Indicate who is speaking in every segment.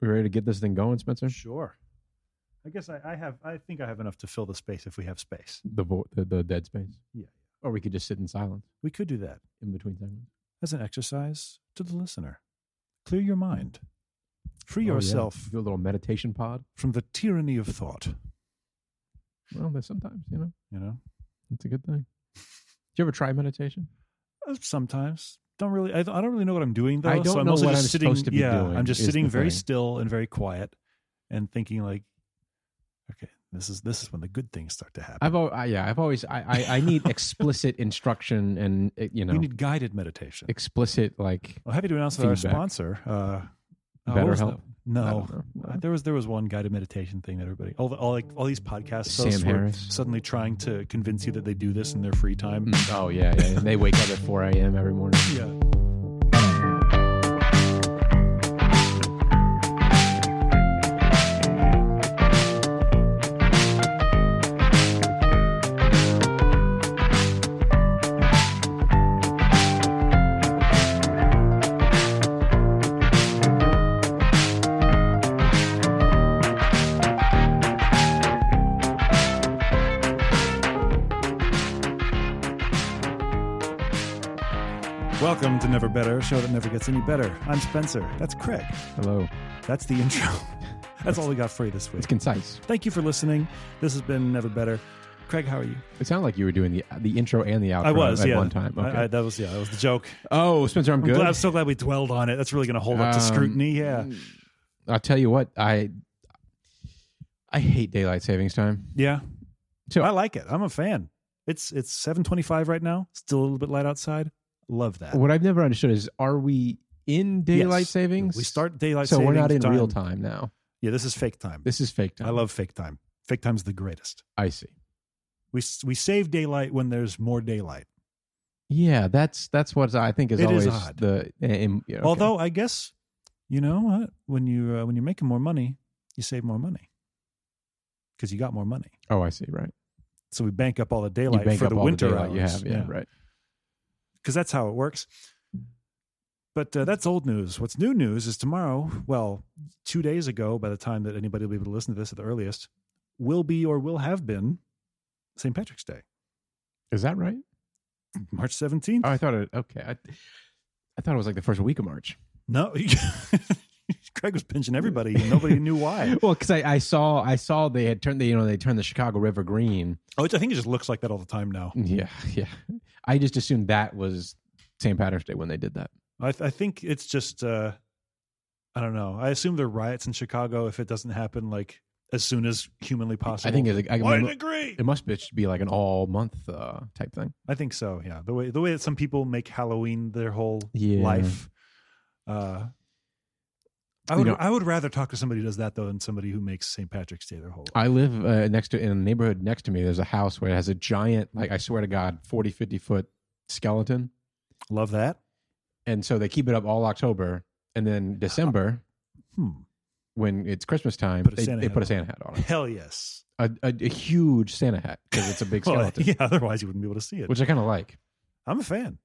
Speaker 1: We ready to get this thing going, Spencer?
Speaker 2: Sure. I guess I, I have. I think I have enough to fill the space if we have space.
Speaker 1: The, vo- the the dead space.
Speaker 2: Yeah.
Speaker 1: Or we could just sit in silence
Speaker 2: We could do that
Speaker 1: in between segments.
Speaker 2: as an exercise to the listener. Clear your mind. Free
Speaker 1: Oh, yeah.
Speaker 2: yourself
Speaker 1: Do a little meditation pod.
Speaker 2: from the tyranny of thought.
Speaker 1: Well, there's sometimes you know
Speaker 2: You know,
Speaker 1: it's a good thing. Do you ever try meditation?
Speaker 2: Uh, sometimes don't really. I, I don't really know what I'm doing though.
Speaker 1: I don't
Speaker 2: so I'm
Speaker 1: know
Speaker 2: also
Speaker 1: what
Speaker 2: just
Speaker 1: I'm
Speaker 2: sitting,
Speaker 1: supposed to be
Speaker 2: yeah,
Speaker 1: doing
Speaker 2: I'm just
Speaker 1: is
Speaker 2: sitting
Speaker 1: the
Speaker 2: very
Speaker 1: thing.
Speaker 2: still and very quiet, and thinking like, okay, this is this is when the good things start to happen.
Speaker 1: I've al- I, yeah, I've always I I, I need explicit instruction and uh, you know
Speaker 2: We need guided meditation.
Speaker 1: explicit like
Speaker 2: Well, happy to announce that our
Speaker 1: Feedback.
Speaker 2: sponsor, uh, uh, what was
Speaker 1: BetterHelp.
Speaker 2: that?
Speaker 1: I
Speaker 2: No,
Speaker 1: don't know.
Speaker 2: Uh, there was there was one guided meditation thing that everybody all the, all like all these podcasts hosts
Speaker 1: Sam
Speaker 2: were
Speaker 1: Harris.
Speaker 2: suddenly trying to convince you that they do this in their free time.
Speaker 1: Mm, Oh yeah, yeah. And they wake up at 4 a.m. every morning.
Speaker 2: Yeah. Welcome to Never Better, a show that never gets any better. I'm Spencer. That's Craig.
Speaker 1: Hello.
Speaker 2: That's the intro. That's all we got for you this
Speaker 1: It's
Speaker 2: week.
Speaker 1: concise.
Speaker 2: Thank you for listening. This has been Never Better. Craig, how are you?
Speaker 1: It sounded like you were doing the the intro and the outro
Speaker 2: I was
Speaker 1: at
Speaker 2: yeah.
Speaker 1: one time.
Speaker 2: I-
Speaker 1: Okay.
Speaker 2: I- that was yeah. That was the joke.
Speaker 1: oh, Spencer, I'm
Speaker 2: I'm,
Speaker 1: good.
Speaker 2: glad, I'm so glad we dwelled on it. That's really going to hold up to
Speaker 1: Um,
Speaker 2: scrutiny. Yeah.
Speaker 1: I'll tell you what, I I hate daylight savings time.
Speaker 2: Yeah.
Speaker 1: So-
Speaker 2: I like it. I'm a fan. It's it's 7:25 right now. Still a little bit light outside. Love that.
Speaker 1: What I've never understood is are we in daylight
Speaker 2: Yes.
Speaker 1: savings?
Speaker 2: We start daylight
Speaker 1: so we're not in
Speaker 2: savings
Speaker 1: real time now.
Speaker 2: Yeah, this is fake time.
Speaker 1: This is fake time.
Speaker 2: I love fake time. Fake time's the greatest.
Speaker 1: I see.
Speaker 2: We s- we save daylight when there's more daylight.
Speaker 1: Yeah, that's that's what I think is
Speaker 2: It
Speaker 1: always
Speaker 2: is odd.
Speaker 1: the aim. yeah, okay.
Speaker 2: Although I guess you know what? when you uh, when you're making more money, you save more money. Cuz you got more money.
Speaker 1: oh, I see, right?
Speaker 2: So we bank up all the
Speaker 1: You
Speaker 2: daylight
Speaker 1: bank
Speaker 2: for
Speaker 1: up
Speaker 2: the
Speaker 1: all
Speaker 2: winter
Speaker 1: daylight
Speaker 2: hours.
Speaker 1: you have, yeah, right.
Speaker 2: because that's how it works. But uh, that's old news. What's new news is tomorrow, well, two days ago, by the time that anybody will be able to listen to this at the earliest, will be or will have been St. Patrick's Day,
Speaker 1: Is that right?
Speaker 2: March 17th.
Speaker 1: Oh, I thought it. Okay, I, I thought it was like the first week of March.
Speaker 2: No, Craig was pinching everybody and nobody knew why.
Speaker 1: Well, because I, I saw I saw they had turned the you know they turned the Chicago River green.
Speaker 2: Oh, which I think it just looks like that all the time now.
Speaker 1: Yeah, yeah. I just assumed that was St. Patrick's Day when they did that.
Speaker 2: I, I think it's just, uh, I don't know. I assume there are riots in Chicago if it doesn't happen like as soon as humanly possible.
Speaker 1: I think it's like, I,
Speaker 2: Why
Speaker 1: mean,
Speaker 2: agree?
Speaker 1: it must be, it should be like an all month uh, type thing.
Speaker 2: I think so. Yeah, the way the way that some people make Halloween their whole
Speaker 1: Yeah.
Speaker 2: life. Uh, I
Speaker 1: You
Speaker 2: would
Speaker 1: know-
Speaker 2: I would rather talk to somebody who does that though than somebody who makes St. Patrick's Day their whole. life.
Speaker 1: I live uh, next to in a neighborhood next to me. There's a house where it has a giant, like I swear to God, 40, 50 foot skeleton,
Speaker 2: Love that.
Speaker 1: and so they keep it up all October, and then December
Speaker 2: Hmm.
Speaker 1: when it's Christmas time,
Speaker 2: Put a
Speaker 1: they,
Speaker 2: Santa
Speaker 1: they
Speaker 2: hat
Speaker 1: put a
Speaker 2: on.
Speaker 1: Santa hat on it.
Speaker 2: Hell yes.
Speaker 1: a, a, a huge Santa hat because it's a big
Speaker 2: Well,
Speaker 1: skeleton,
Speaker 2: yeah. Otherwise, you wouldn't be able to see it.
Speaker 1: which I kind of like.
Speaker 2: I'm a fan.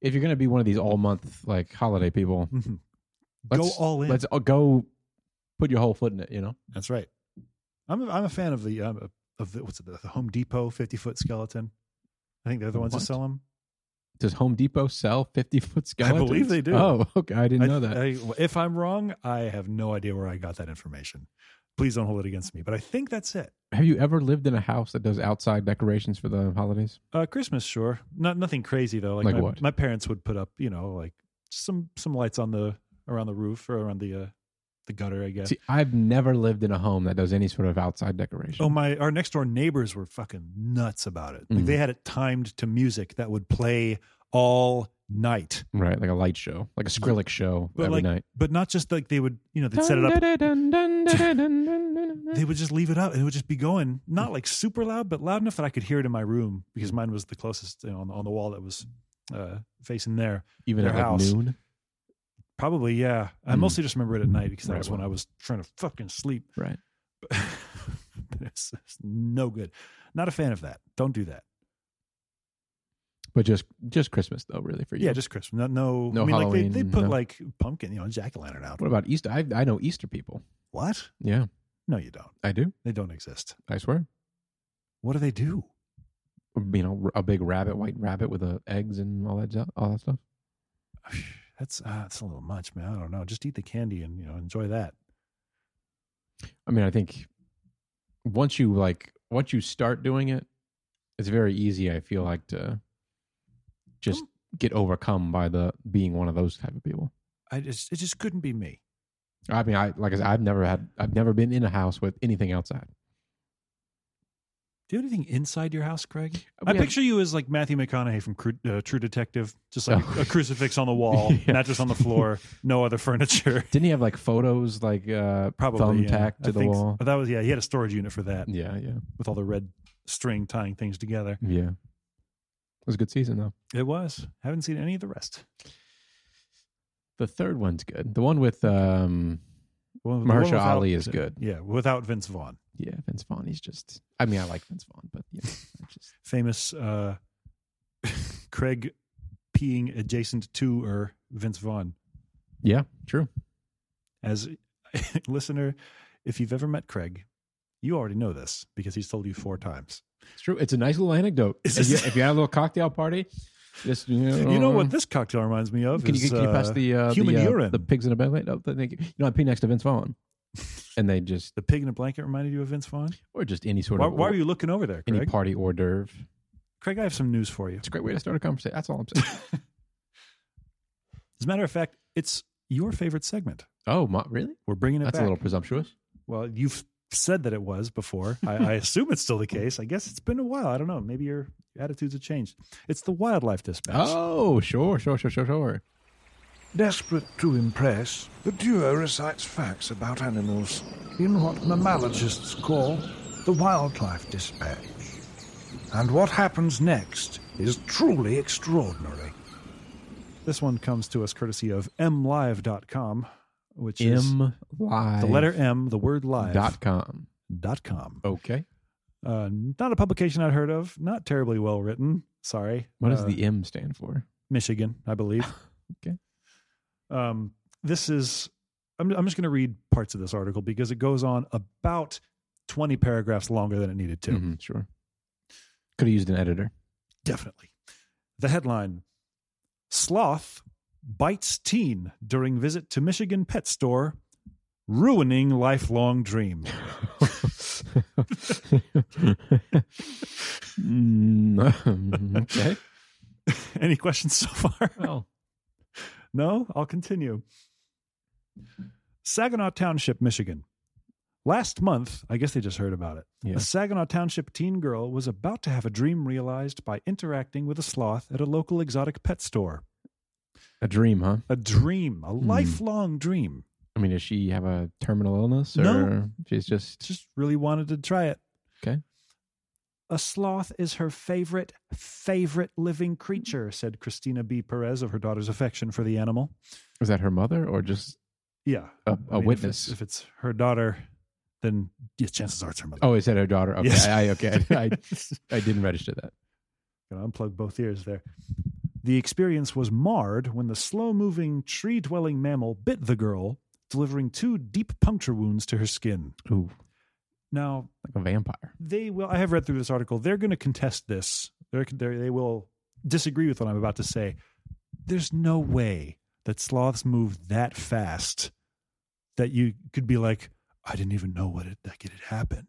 Speaker 1: If you're going to be one of these all month like holiday people,
Speaker 2: Mhm.
Speaker 1: let's,
Speaker 2: Go all in.
Speaker 1: Let's all go put your whole foot in it. You know,
Speaker 2: That's right. I'm a, I'm a fan of the um, of the what's it the Home Depot 50 foot skeleton. I think they're the ones
Speaker 1: What?
Speaker 2: that sell them.
Speaker 1: does Home Depot sell 50 foot skeletons?
Speaker 2: believe they do.
Speaker 1: Oh, okay, I didn't know
Speaker 2: I-
Speaker 1: that.
Speaker 2: I- if I'm wrong, I have no idea where I got that information. Please don't hold it against me. But I think that's it.
Speaker 1: Have you ever lived in a house that does outside decorations for the holidays?
Speaker 2: Uh, Christmas, sure. Not nothing crazy though. Like,
Speaker 1: Like
Speaker 2: my,
Speaker 1: what?
Speaker 2: my parents would put up, you know, like some some lights on the around the roof or around the uh, the gutter, I guess.
Speaker 1: See, I've never lived in a home that does any sort of outside decoration.
Speaker 2: Oh my! Our next door neighbors were fucking nuts about it. Like
Speaker 1: Mhm.
Speaker 2: they had it timed to music that would play all night,
Speaker 1: right, like a light show, like a Skrillex show
Speaker 2: But
Speaker 1: every
Speaker 2: like,
Speaker 1: night.
Speaker 2: but not just like they would, you know, they'd set it up. They would just leave it up, and it would just be going, not like super loud, but loud enough that I could hear it in my room because mine was the closest you know, on the, on the wall that was uh, facing there.
Speaker 1: Even
Speaker 2: their
Speaker 1: at like
Speaker 2: house.
Speaker 1: noon,
Speaker 2: Probably, yeah. I
Speaker 1: Mm.
Speaker 2: mostly just remember it at night because that
Speaker 1: Right,
Speaker 2: was when
Speaker 1: well.
Speaker 2: I was trying to fucking sleep.
Speaker 1: right?
Speaker 2: But it's, it's no good. Not a fan of that. Don't do that.
Speaker 1: But just just Christmas though, really for you.
Speaker 2: Yeah, just Christmas. No, no,
Speaker 1: No
Speaker 2: I mean, like they, they
Speaker 1: Halloween,
Speaker 2: put
Speaker 1: no.
Speaker 2: like pumpkin, you know, jack o' lantern out.
Speaker 1: what about Easter? I I know Easter people.
Speaker 2: What?
Speaker 1: Yeah,
Speaker 2: No, you don't.
Speaker 1: I do.
Speaker 2: They don't exist.
Speaker 1: I swear.
Speaker 2: What do they do?
Speaker 1: You know, a big rabbit, white rabbit with uh, eggs and all that stuff- all that stuff.
Speaker 2: That's uh, that's a little much, man. I don't know. Just eat the candy and you know enjoy that.
Speaker 1: I mean, I think once you like once you start doing it, it's very easy. I feel like to just get overcome by the being one of those type of people.
Speaker 2: I just it just couldn't be me.
Speaker 1: I mean, I like I said, I've never had I've never been in a house with anything outside.
Speaker 2: Do you have anything inside your house, Craig?
Speaker 1: I
Speaker 2: I
Speaker 1: mean, I-
Speaker 2: picture you as like Matthew McConaughey from Cru- uh, True Detective, just like
Speaker 1: Oh.
Speaker 2: a, crucifix on the wall,
Speaker 1: Yeah.
Speaker 2: not just on the floor, no other furniture.
Speaker 1: Didn't he have like photos like uh
Speaker 2: Probably yeah.
Speaker 1: thumbtacked
Speaker 2: I
Speaker 1: to the
Speaker 2: think-
Speaker 1: wall?
Speaker 2: but That was yeah. He had a storage unit for that
Speaker 1: Yeah, yeah,
Speaker 2: with all the red string tying things together.
Speaker 1: yeah. It was a good season though.
Speaker 2: It was. Haven't seen any of the rest.
Speaker 1: The third one's good. The one with um
Speaker 2: Well, the one
Speaker 1: Mahershala
Speaker 2: without-
Speaker 1: Ali is good.
Speaker 2: Yeah, without Vince Vaughn,
Speaker 1: Yeah, Vince Vaughn. He's just. I mean, I like Vince Vaughn, but yeah, I just
Speaker 2: famous uh, Craig peeing adjacent to or Vince Vaughn.
Speaker 1: yeah, true.
Speaker 2: As listener, if you've ever met Craig, you already know this because he's told you four times.
Speaker 1: It's true. It's a nice little anecdote.
Speaker 2: It's
Speaker 1: If you,
Speaker 2: just-
Speaker 1: if you had a little cocktail party, just you know,
Speaker 2: You know what this cocktail reminds me of?
Speaker 1: Uh-huh. Can you,
Speaker 2: is,
Speaker 1: can you pass
Speaker 2: uh,
Speaker 1: the uh,
Speaker 2: human
Speaker 1: the, uh,
Speaker 2: urine.
Speaker 1: The pigs in a blanket. No, thank you. You know, I pee next to Vince Vaughn, and they just
Speaker 2: the pig in a blanket reminded you of Vince Vaughn?
Speaker 1: or just any sort
Speaker 2: Why,
Speaker 1: of
Speaker 2: why are you looking over there,
Speaker 1: any
Speaker 2: Craig?
Speaker 1: party hors d'oeuvre.
Speaker 2: Craig, I have some news for you.
Speaker 1: It's a great way to start a conversation. That's all I'm saying.
Speaker 2: As a matter of fact, it's your favorite segment.
Speaker 1: oh, my, really?
Speaker 2: We're bringing it
Speaker 1: That's
Speaker 2: back.
Speaker 1: a little presumptuous.
Speaker 2: Well, you've said that it was before. I, I assume it's still the case. I guess it's been a while. I don't know. Maybe your attitudes have changed. It's the wildlife dispatch.
Speaker 1: Oh, sure, sure, sure, sure, sure.
Speaker 3: Desperate to impress, the duo recites facts about animals in what mammalogists call the wildlife dispatch. And what happens next is truly extraordinary.
Speaker 2: This one comes to us courtesy of mlive.com, which is
Speaker 1: M live
Speaker 2: the letter M, the word live
Speaker 1: dot com.
Speaker 2: dot com.
Speaker 1: Okay.
Speaker 2: Uh, not a publication I'd heard of. Not terribly well written. Sorry.
Speaker 1: What does
Speaker 2: Uh,
Speaker 1: the M stand for?
Speaker 2: Michigan, I believe.
Speaker 1: Okay.
Speaker 2: Um, this is, I'm, I'm just going to read parts of this article because it goes on about 20 paragraphs longer than it needed to.
Speaker 1: Mhm, sure. Could have used an editor.
Speaker 2: Definitely. The headline Sloth bites teen during visit to Michigan pet store, ruining lifelong dream.
Speaker 1: Mm, okay.
Speaker 2: Any questions so far?
Speaker 1: Well,
Speaker 2: No, I'll continue. Saginaw Township, Michigan. Last month, I guess they just heard about it.
Speaker 1: Yeah.
Speaker 2: A Saginaw Township teen girl was about to have a dream realized by interacting with a sloth at a local exotic pet store.
Speaker 1: a dream, huh?
Speaker 2: A dream, a
Speaker 1: Hmm.
Speaker 2: lifelong dream.
Speaker 1: I mean, does she have a terminal illness, or
Speaker 2: No.
Speaker 1: she's just
Speaker 2: Just really wanted to try it.
Speaker 1: Okay.
Speaker 2: A sloth is her favorite, favorite living creature, said Christina B. Perez of her daughter's affection for the animal.
Speaker 1: is that her mother, or just
Speaker 2: Yeah.
Speaker 1: a,
Speaker 2: I
Speaker 1: a
Speaker 2: mean, if
Speaker 1: witness?
Speaker 2: it's- If it's, her daughter, then yes, chances are it's her mother.
Speaker 1: oh, is that her daughter? Okay,
Speaker 2: Yes.
Speaker 1: I, I- okay, I, I didn't register that.
Speaker 2: Gonna unplug both ears there. The experience was marred when the slow moving, tree dwelling mammal bit the girl, delivering two deep puncture wounds to her skin.
Speaker 1: Ooh,
Speaker 2: Now,
Speaker 1: like a vampire.
Speaker 2: they will, I have read through this article, they're gonna contest this. They're, they're, they will disagree with what I'm about to say. There's no way that sloths move that fast that you could be like, I didn't even know what it, like it had happened.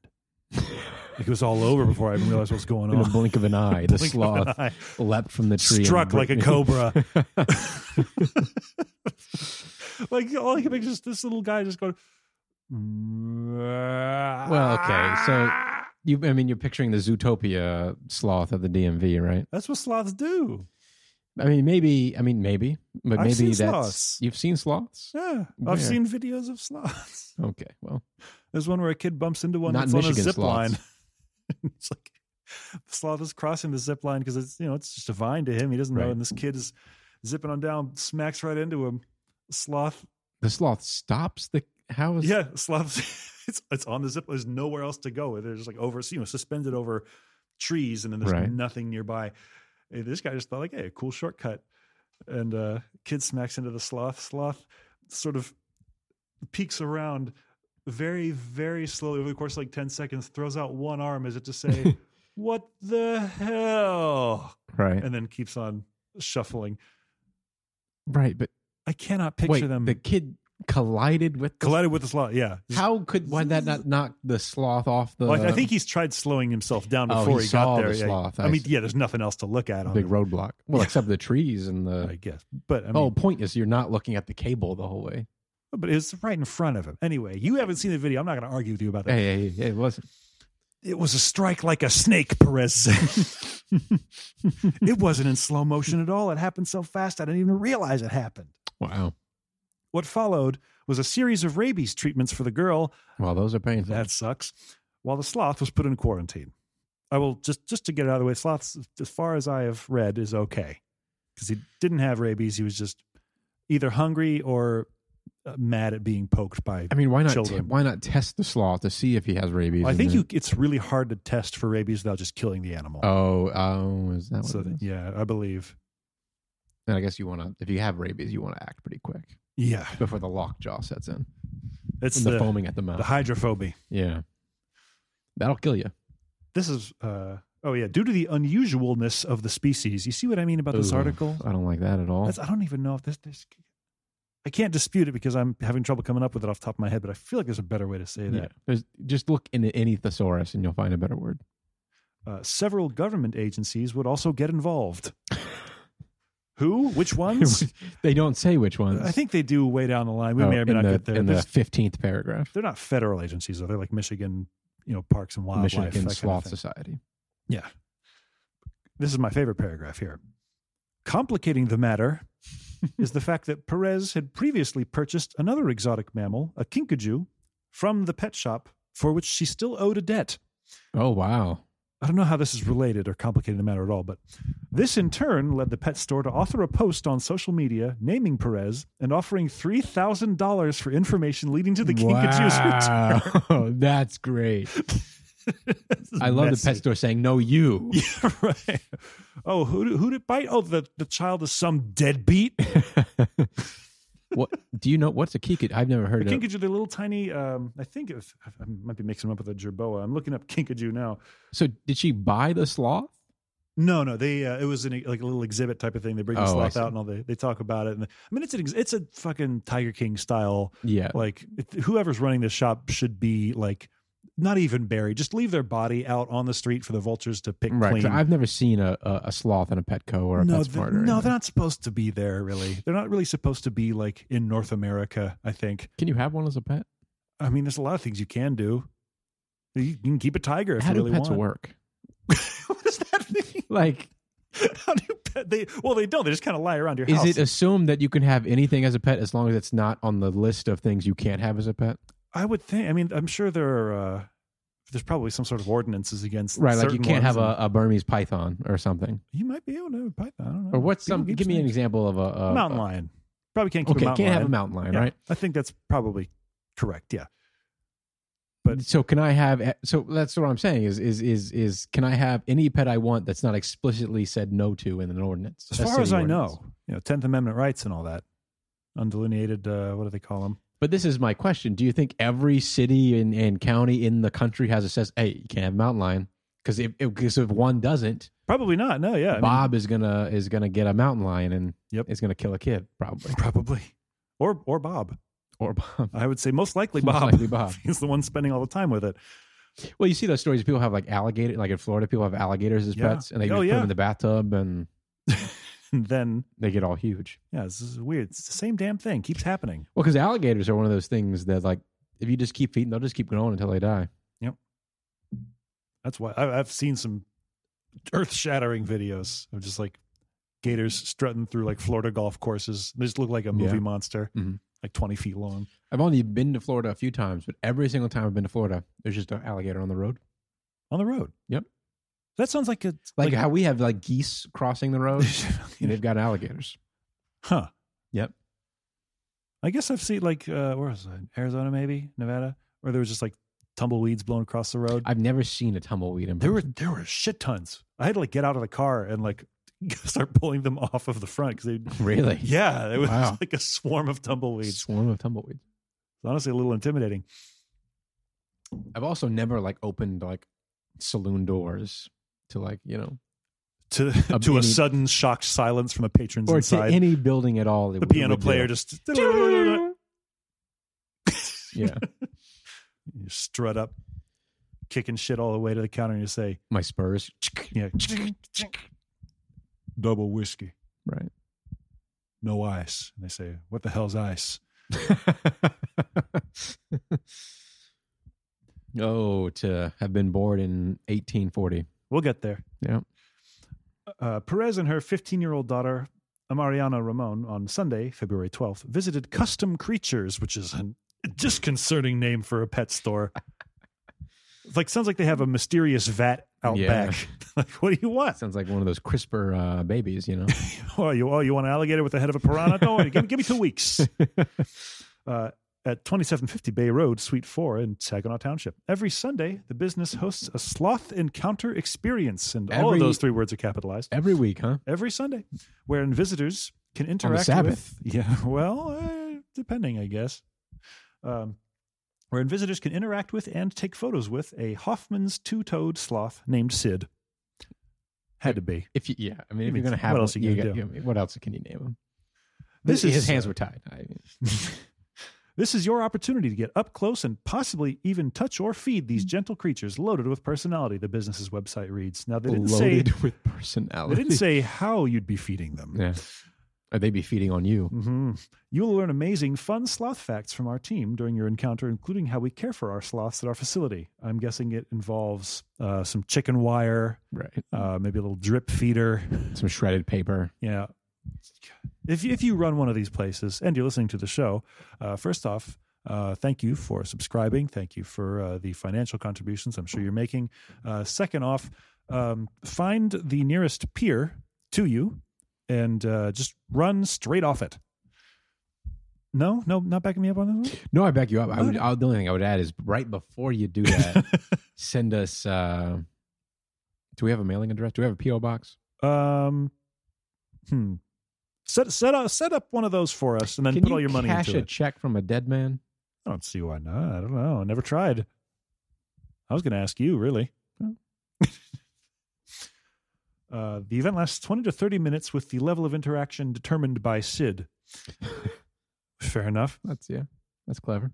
Speaker 2: Like it was all over before I even realized what was going
Speaker 1: In a
Speaker 2: on.
Speaker 1: blink of an eye, the
Speaker 2: Blink of an
Speaker 1: sloth
Speaker 2: eye.
Speaker 1: leapt from the tree, and
Speaker 2: Struck like a
Speaker 1: bit-
Speaker 2: cobra. like all I can picture is this little guy just going. Well,
Speaker 1: okay,
Speaker 2: "Ah."
Speaker 1: so- you, I mean, you're picturing the Zootopia sloth at the DMV, right?
Speaker 2: that's what sloths do.
Speaker 1: I mean, maybe. I mean, maybe, but
Speaker 2: I've
Speaker 1: maybe
Speaker 2: seen
Speaker 1: that's
Speaker 2: sloths.
Speaker 1: you've seen sloths.
Speaker 2: Yeah,
Speaker 1: Where?
Speaker 2: I've seen videos of sloths.
Speaker 1: Okay, well,
Speaker 2: There's one where a kid bumps into one
Speaker 1: Not
Speaker 2: that's on a
Speaker 1: Michigan
Speaker 2: zip
Speaker 1: sloths.
Speaker 2: line. it's like the sloth is crossing the zip line because it's you know it's just a vine to him. He doesn't
Speaker 1: Right.
Speaker 2: know, and this kid is zipping on down, smacks right into him. Sloth
Speaker 1: the sloth stops the. How is
Speaker 2: Yeah, Slavs. It's it's on the zip. There's nowhere else to go. They're just like over, you know, suspended over trees, and then there's
Speaker 1: Right.
Speaker 2: nothing nearby. And this guy just thought like, hey, cool shortcut. And uh, kid smacks into the sloth. Sloth sort of peeks around very, very slowly over the course of like 10 seconds, throws out one arm as if to say, what the hell?
Speaker 1: Right.
Speaker 2: And then keeps on shuffling.
Speaker 1: right. But
Speaker 2: I cannot picture
Speaker 1: wait,
Speaker 2: them
Speaker 1: the kid collided with the,
Speaker 2: collided with the sloth. Yeah.
Speaker 1: How could why that not knock the sloth off the?
Speaker 2: Well, I think he's tried slowing himself down
Speaker 1: uh, Oh, he
Speaker 2: before he,
Speaker 1: saw
Speaker 2: got
Speaker 1: the
Speaker 2: there. yeah.
Speaker 1: sloth,
Speaker 2: I,
Speaker 1: I
Speaker 2: mean,
Speaker 1: see.
Speaker 2: yeah, there's nothing else to look at on
Speaker 1: big
Speaker 2: him,
Speaker 1: roadblock. Well,
Speaker 2: Yeah.
Speaker 1: except the trees and the.
Speaker 2: I guess. But I mean,
Speaker 1: oh, point is you're not looking at the cable the whole way.
Speaker 2: but it's right in front of him. Anyway, you haven't seen the video. I'm not going to argue with you about that.
Speaker 1: Hey, hey, hey, it wasn't.
Speaker 2: It was a strike like a snake, Perez said. it wasn't in slow motion at all. It happened so fast I didn't even realize it happened.
Speaker 1: Wow.
Speaker 2: What followed was a series of rabies treatments for the girl
Speaker 1: Well, those are painful.
Speaker 2: That sucks. While the sloth was put in quarantine. I will just just to get it out of the way, sloths, as far as I have read, is okay. Because he didn't have rabies. He was just either hungry or uh, mad at being poked by.
Speaker 1: I mean, why not?
Speaker 2: Children.
Speaker 1: why not test the sloth to see if he has rabies?
Speaker 2: I
Speaker 1: and
Speaker 2: think
Speaker 1: then-
Speaker 2: you. it's really hard to test for rabies without just killing the animal.
Speaker 1: Oh, oh, is that what?
Speaker 2: so
Speaker 1: it is?
Speaker 2: yeah, I believe.
Speaker 1: Then I guess you want to. If you have rabies, you want to act pretty quick
Speaker 2: Yeah.
Speaker 1: before the lockjaw sets in.
Speaker 2: It's
Speaker 1: and
Speaker 2: the,
Speaker 1: the, foaming at the mouth.
Speaker 2: the hydrophoby.
Speaker 1: yeah, that'll kill you.
Speaker 2: This is. uh Oh yeah, due to the unusualness of the species. You see what I mean about this
Speaker 1: Ooh,
Speaker 2: article?
Speaker 1: I don't like that at all.
Speaker 2: That's, I don't even know if this, this. I can't dispute it because I'm having trouble coming up with it off the top of my head, but I feel like there's a better way to say
Speaker 1: Yeah.
Speaker 2: that.
Speaker 1: There's, just look into any thesaurus and you'll find a better word.
Speaker 2: Uh, several government agencies would also get involved. Who? Which ones?
Speaker 1: they don't say which ones.
Speaker 2: I think they do way down the line. We
Speaker 1: Oh,
Speaker 2: may or may
Speaker 1: in
Speaker 2: not
Speaker 1: the,
Speaker 2: get there.
Speaker 1: in the
Speaker 2: There's-
Speaker 1: fifteenth paragraph.
Speaker 2: they're not federal agencies, though. They're like Michigan, you know, Parks and Wildlife. that
Speaker 1: Michigan
Speaker 2: kind of
Speaker 1: Sloth
Speaker 2: thing.
Speaker 1: Society.
Speaker 2: Yeah. This is my favorite paragraph here. Complicating the matter is the fact that Perez had previously purchased another exotic mammal, a kinkajou, from the pet shop for which she still owed a debt.
Speaker 1: Oh wow!
Speaker 2: I don't know how this is related or complicating the matter at all, but this in turn led the pet store to author a post on social media naming Perez and offering $3,000 for information leading to the kinkaju's return.
Speaker 1: Wow. That's great.
Speaker 2: This is
Speaker 1: I love
Speaker 2: messy.
Speaker 1: the pet store saying, "No, you."
Speaker 2: Yeah, right. Oh, who did- who did bite? Oh, the, the child is some deadbeat. The
Speaker 1: what do you know? What's a kinkajou? I've never heard of.
Speaker 2: kinkajou, they're little tiny. Um, I think if I might be mixing them up with a jerboa. I'm looking up kinkajou now.
Speaker 1: So did she buy the sloth?
Speaker 2: No, no, they uh, it was an, like a little exhibit type of thing. They bring the
Speaker 1: Oh, I
Speaker 2: sloth
Speaker 1: see.
Speaker 2: out and all they they talk about it. And I mean, it's an ex- it's a fucking Tiger King style.
Speaker 1: Yeah.
Speaker 2: Like it, whoever's running this shop should be like not even buried. Just leave their body out on the street for the vultures to pick
Speaker 1: Right. 'cause
Speaker 2: clean.
Speaker 1: I've never seen a, a, a sloth in a Petco or a
Speaker 2: no,
Speaker 1: PetSmart.
Speaker 2: they're,
Speaker 1: or
Speaker 2: no,
Speaker 1: anything.
Speaker 2: they're not supposed to be there. Really, they're not really supposed to be like in North America. I think.
Speaker 1: Can you have one as a pet?
Speaker 2: I mean, there's a lot of things you can do. You can keep a tiger if
Speaker 1: How
Speaker 2: you really
Speaker 1: do pets
Speaker 2: want.
Speaker 1: work?
Speaker 2: what does that mean?
Speaker 1: Like,
Speaker 2: How do pet? They well, they don't. They just kind of lie around your
Speaker 1: is
Speaker 2: house.
Speaker 1: it assumed that you can have anything as a pet as long as it's not on the list of things you can't have as a pet?
Speaker 2: I would think. I mean, I'm sure there are. Uh, there's probably some sort of ordinances against
Speaker 1: Right. Like, you
Speaker 2: certain
Speaker 1: can't
Speaker 2: ones
Speaker 1: have a,
Speaker 2: and-
Speaker 1: a Burmese python or something.
Speaker 2: You might be able to have a python. I don't know.
Speaker 1: Or what's
Speaker 2: People
Speaker 1: some?
Speaker 2: keep
Speaker 1: Give me an
Speaker 2: snakes.
Speaker 1: example of a, a
Speaker 2: mountain
Speaker 1: a-
Speaker 2: lion. Probably can't keep
Speaker 1: Okay,
Speaker 2: a mountain
Speaker 1: can't have a
Speaker 2: lion.
Speaker 1: mountain lion,
Speaker 2: Yeah,
Speaker 1: right?
Speaker 2: I think that's probably correct. Yeah. But-
Speaker 1: so can I have? So that's what I'm saying is is is is can I have any pet I want that's not explicitly said no to in an ordinance?
Speaker 2: As
Speaker 1: A
Speaker 2: far as
Speaker 1: city
Speaker 2: I
Speaker 1: ordinance.
Speaker 2: know, you know, Tenth Amendment rights and all that. Undelineated. Uh, what do they call them?
Speaker 1: But this is my question: Do you think every city and, and county in the country has a says, "Hey, you can't have mountain lion"? Because if because if one doesn't,
Speaker 2: Probably not. No. Yeah. I mean,
Speaker 1: Bob is gonna is gonna get a mountain lion and
Speaker 2: Yep.
Speaker 1: is gonna kill a kid probably
Speaker 2: Probably. Or or Bob.
Speaker 1: or Bob.
Speaker 2: I would say most likely
Speaker 1: Most
Speaker 2: Bob.
Speaker 1: likely Bob.
Speaker 2: He's the one spending all the time with it.
Speaker 1: Well, you see those stories. of People have like alligator, like in Florida, people have alligators as
Speaker 2: Yeah.
Speaker 1: pets, and they
Speaker 2: Oh,
Speaker 1: just put
Speaker 2: yeah.
Speaker 1: them in the bathtub and
Speaker 2: And then,
Speaker 1: they get all huge.
Speaker 2: yeah, this is weird. It's the same damn thing. Keeps happening.
Speaker 1: Well, because alligators are one of those things that, like, if you just keep feeding, they'll just keep growing until they die.
Speaker 2: That's why I, I've seen some earth shattering videos of just like gators strutting through like Florida golf courses. They just look like a movie
Speaker 1: Yeah.
Speaker 2: monster,
Speaker 1: Mhm.
Speaker 2: like 20 feet long.
Speaker 1: I've only been to Florida a few times, but every single time I've been to Florida, there's just an alligator on the road.
Speaker 2: on the road.
Speaker 1: Yep.
Speaker 2: That sounds like a
Speaker 1: Like, how we have like geese crossing the road, and they've got alligators.
Speaker 2: huh.
Speaker 1: Yep.
Speaker 2: I guess I've seen like uh where was I? Arizona maybe, Nevada, where there was just like tumbleweeds blowing across the road.
Speaker 1: I've never seen a tumbleweed in
Speaker 2: there were
Speaker 1: person.
Speaker 2: there were shit tons. I had to like get out of the car and like start pulling them off of the front because they
Speaker 1: Really?
Speaker 2: yeah it was
Speaker 1: Wow.
Speaker 2: like a swarm of tumbleweeds
Speaker 1: Swarm of tumbleweeds.
Speaker 2: it's honestly a little intimidating
Speaker 1: I've also never like opened like saloon doors to like you know
Speaker 2: to
Speaker 1: Of
Speaker 2: to a
Speaker 1: any-
Speaker 2: sudden shocked silence from the patrons
Speaker 1: or
Speaker 2: inside
Speaker 1: to any building at all.
Speaker 2: the piano player just
Speaker 1: yeah.
Speaker 2: You strut up kicking shit all the way to the counter and you say
Speaker 1: My Spurs.
Speaker 2: yeah double whiskey
Speaker 1: Right.
Speaker 2: no ice and they say what the hell's ice
Speaker 1: oh, to have been born in 1840.
Speaker 2: we'll get there
Speaker 1: Yeah.
Speaker 2: uh, Perez and her 15 year old daughter, Amariana Ramon, on Sunday, February 12th, visited Custom Creatures, which is a disconcerting name for a pet store. It's like, sounds like they have a mysterious vat out
Speaker 1: Yeah.
Speaker 2: back. like, what do you want?
Speaker 1: Sounds like one of those CRISPR uh, babies, you know?
Speaker 2: Oh, you, oh, you want an alligator with the head of a piranha? No, give, me- give me two weeks. Uh, at 2750 Bay Road, Suite 4 in Saginaw Township. Every Sunday, the business hosts a sloth encounter experience, and all of
Speaker 1: Every-
Speaker 2: those three words are capitalized.
Speaker 1: Every week, huh?
Speaker 2: every Sunday, wherein visitors can interact
Speaker 1: Sabbath.
Speaker 2: with. Yeah, well, uh, depending, I guess. Um, wherein visitors can interact with and take photos with a Hoffman's two-toed sloth named Sid. Had to be.
Speaker 1: If you, yeah, I mean,
Speaker 2: I
Speaker 1: if
Speaker 2: mean,
Speaker 1: you're gonna have,
Speaker 2: what else
Speaker 1: one,
Speaker 2: you gonna
Speaker 1: got-
Speaker 2: do?
Speaker 1: I mean, what else can you name him?
Speaker 2: This
Speaker 1: his
Speaker 2: is- uh,
Speaker 1: hands were tied. I mean,
Speaker 2: This is your opportunity to get up close and possibly even touch or feed these gentle creatures loaded with personality. The business's website reads. Now they didn't say
Speaker 1: loaded with
Speaker 2: they
Speaker 1: personality.
Speaker 2: didn't say how you'd be feeding them.
Speaker 1: Yeah, or they'd be feeding on you.
Speaker 2: hmm You'll learn amazing, fun sloth facts from our team during your encounter, including how we care for our sloths at our facility. I'm guessing it involves uh, some chicken wire,
Speaker 1: Right.
Speaker 2: uh, maybe a little drip feeder.
Speaker 1: Some shredded paper.
Speaker 2: Yeah. If, if you run one of these places and you're listening to the show, uh, first off, uh, thank you for subscribing. Thank you for uh, the financial contributions I'm sure you're making. Uh, second off, um, find the nearest pier to you and uh, just run straight off it. No, no, not backing me up on this
Speaker 1: No, I back you up. I would,
Speaker 2: What?
Speaker 1: I'll, the only thing I would add is right before you do
Speaker 2: one.
Speaker 1: that, send us. Uh, do we have a mailing address? Do we have a PO box?
Speaker 2: um, hmm. Set set up set up one of those for us, and then
Speaker 1: Can
Speaker 2: put
Speaker 1: you
Speaker 2: all your money
Speaker 1: cash
Speaker 2: into
Speaker 1: a
Speaker 2: it.
Speaker 1: check from a dead man?
Speaker 2: I don't see why not. I don't know. I never tried. I was going to ask you, really. uh, the event lasts 20 to 30 minutes with the level of interaction determined by Sid. Fair enough.
Speaker 1: That's yeah. That's clever.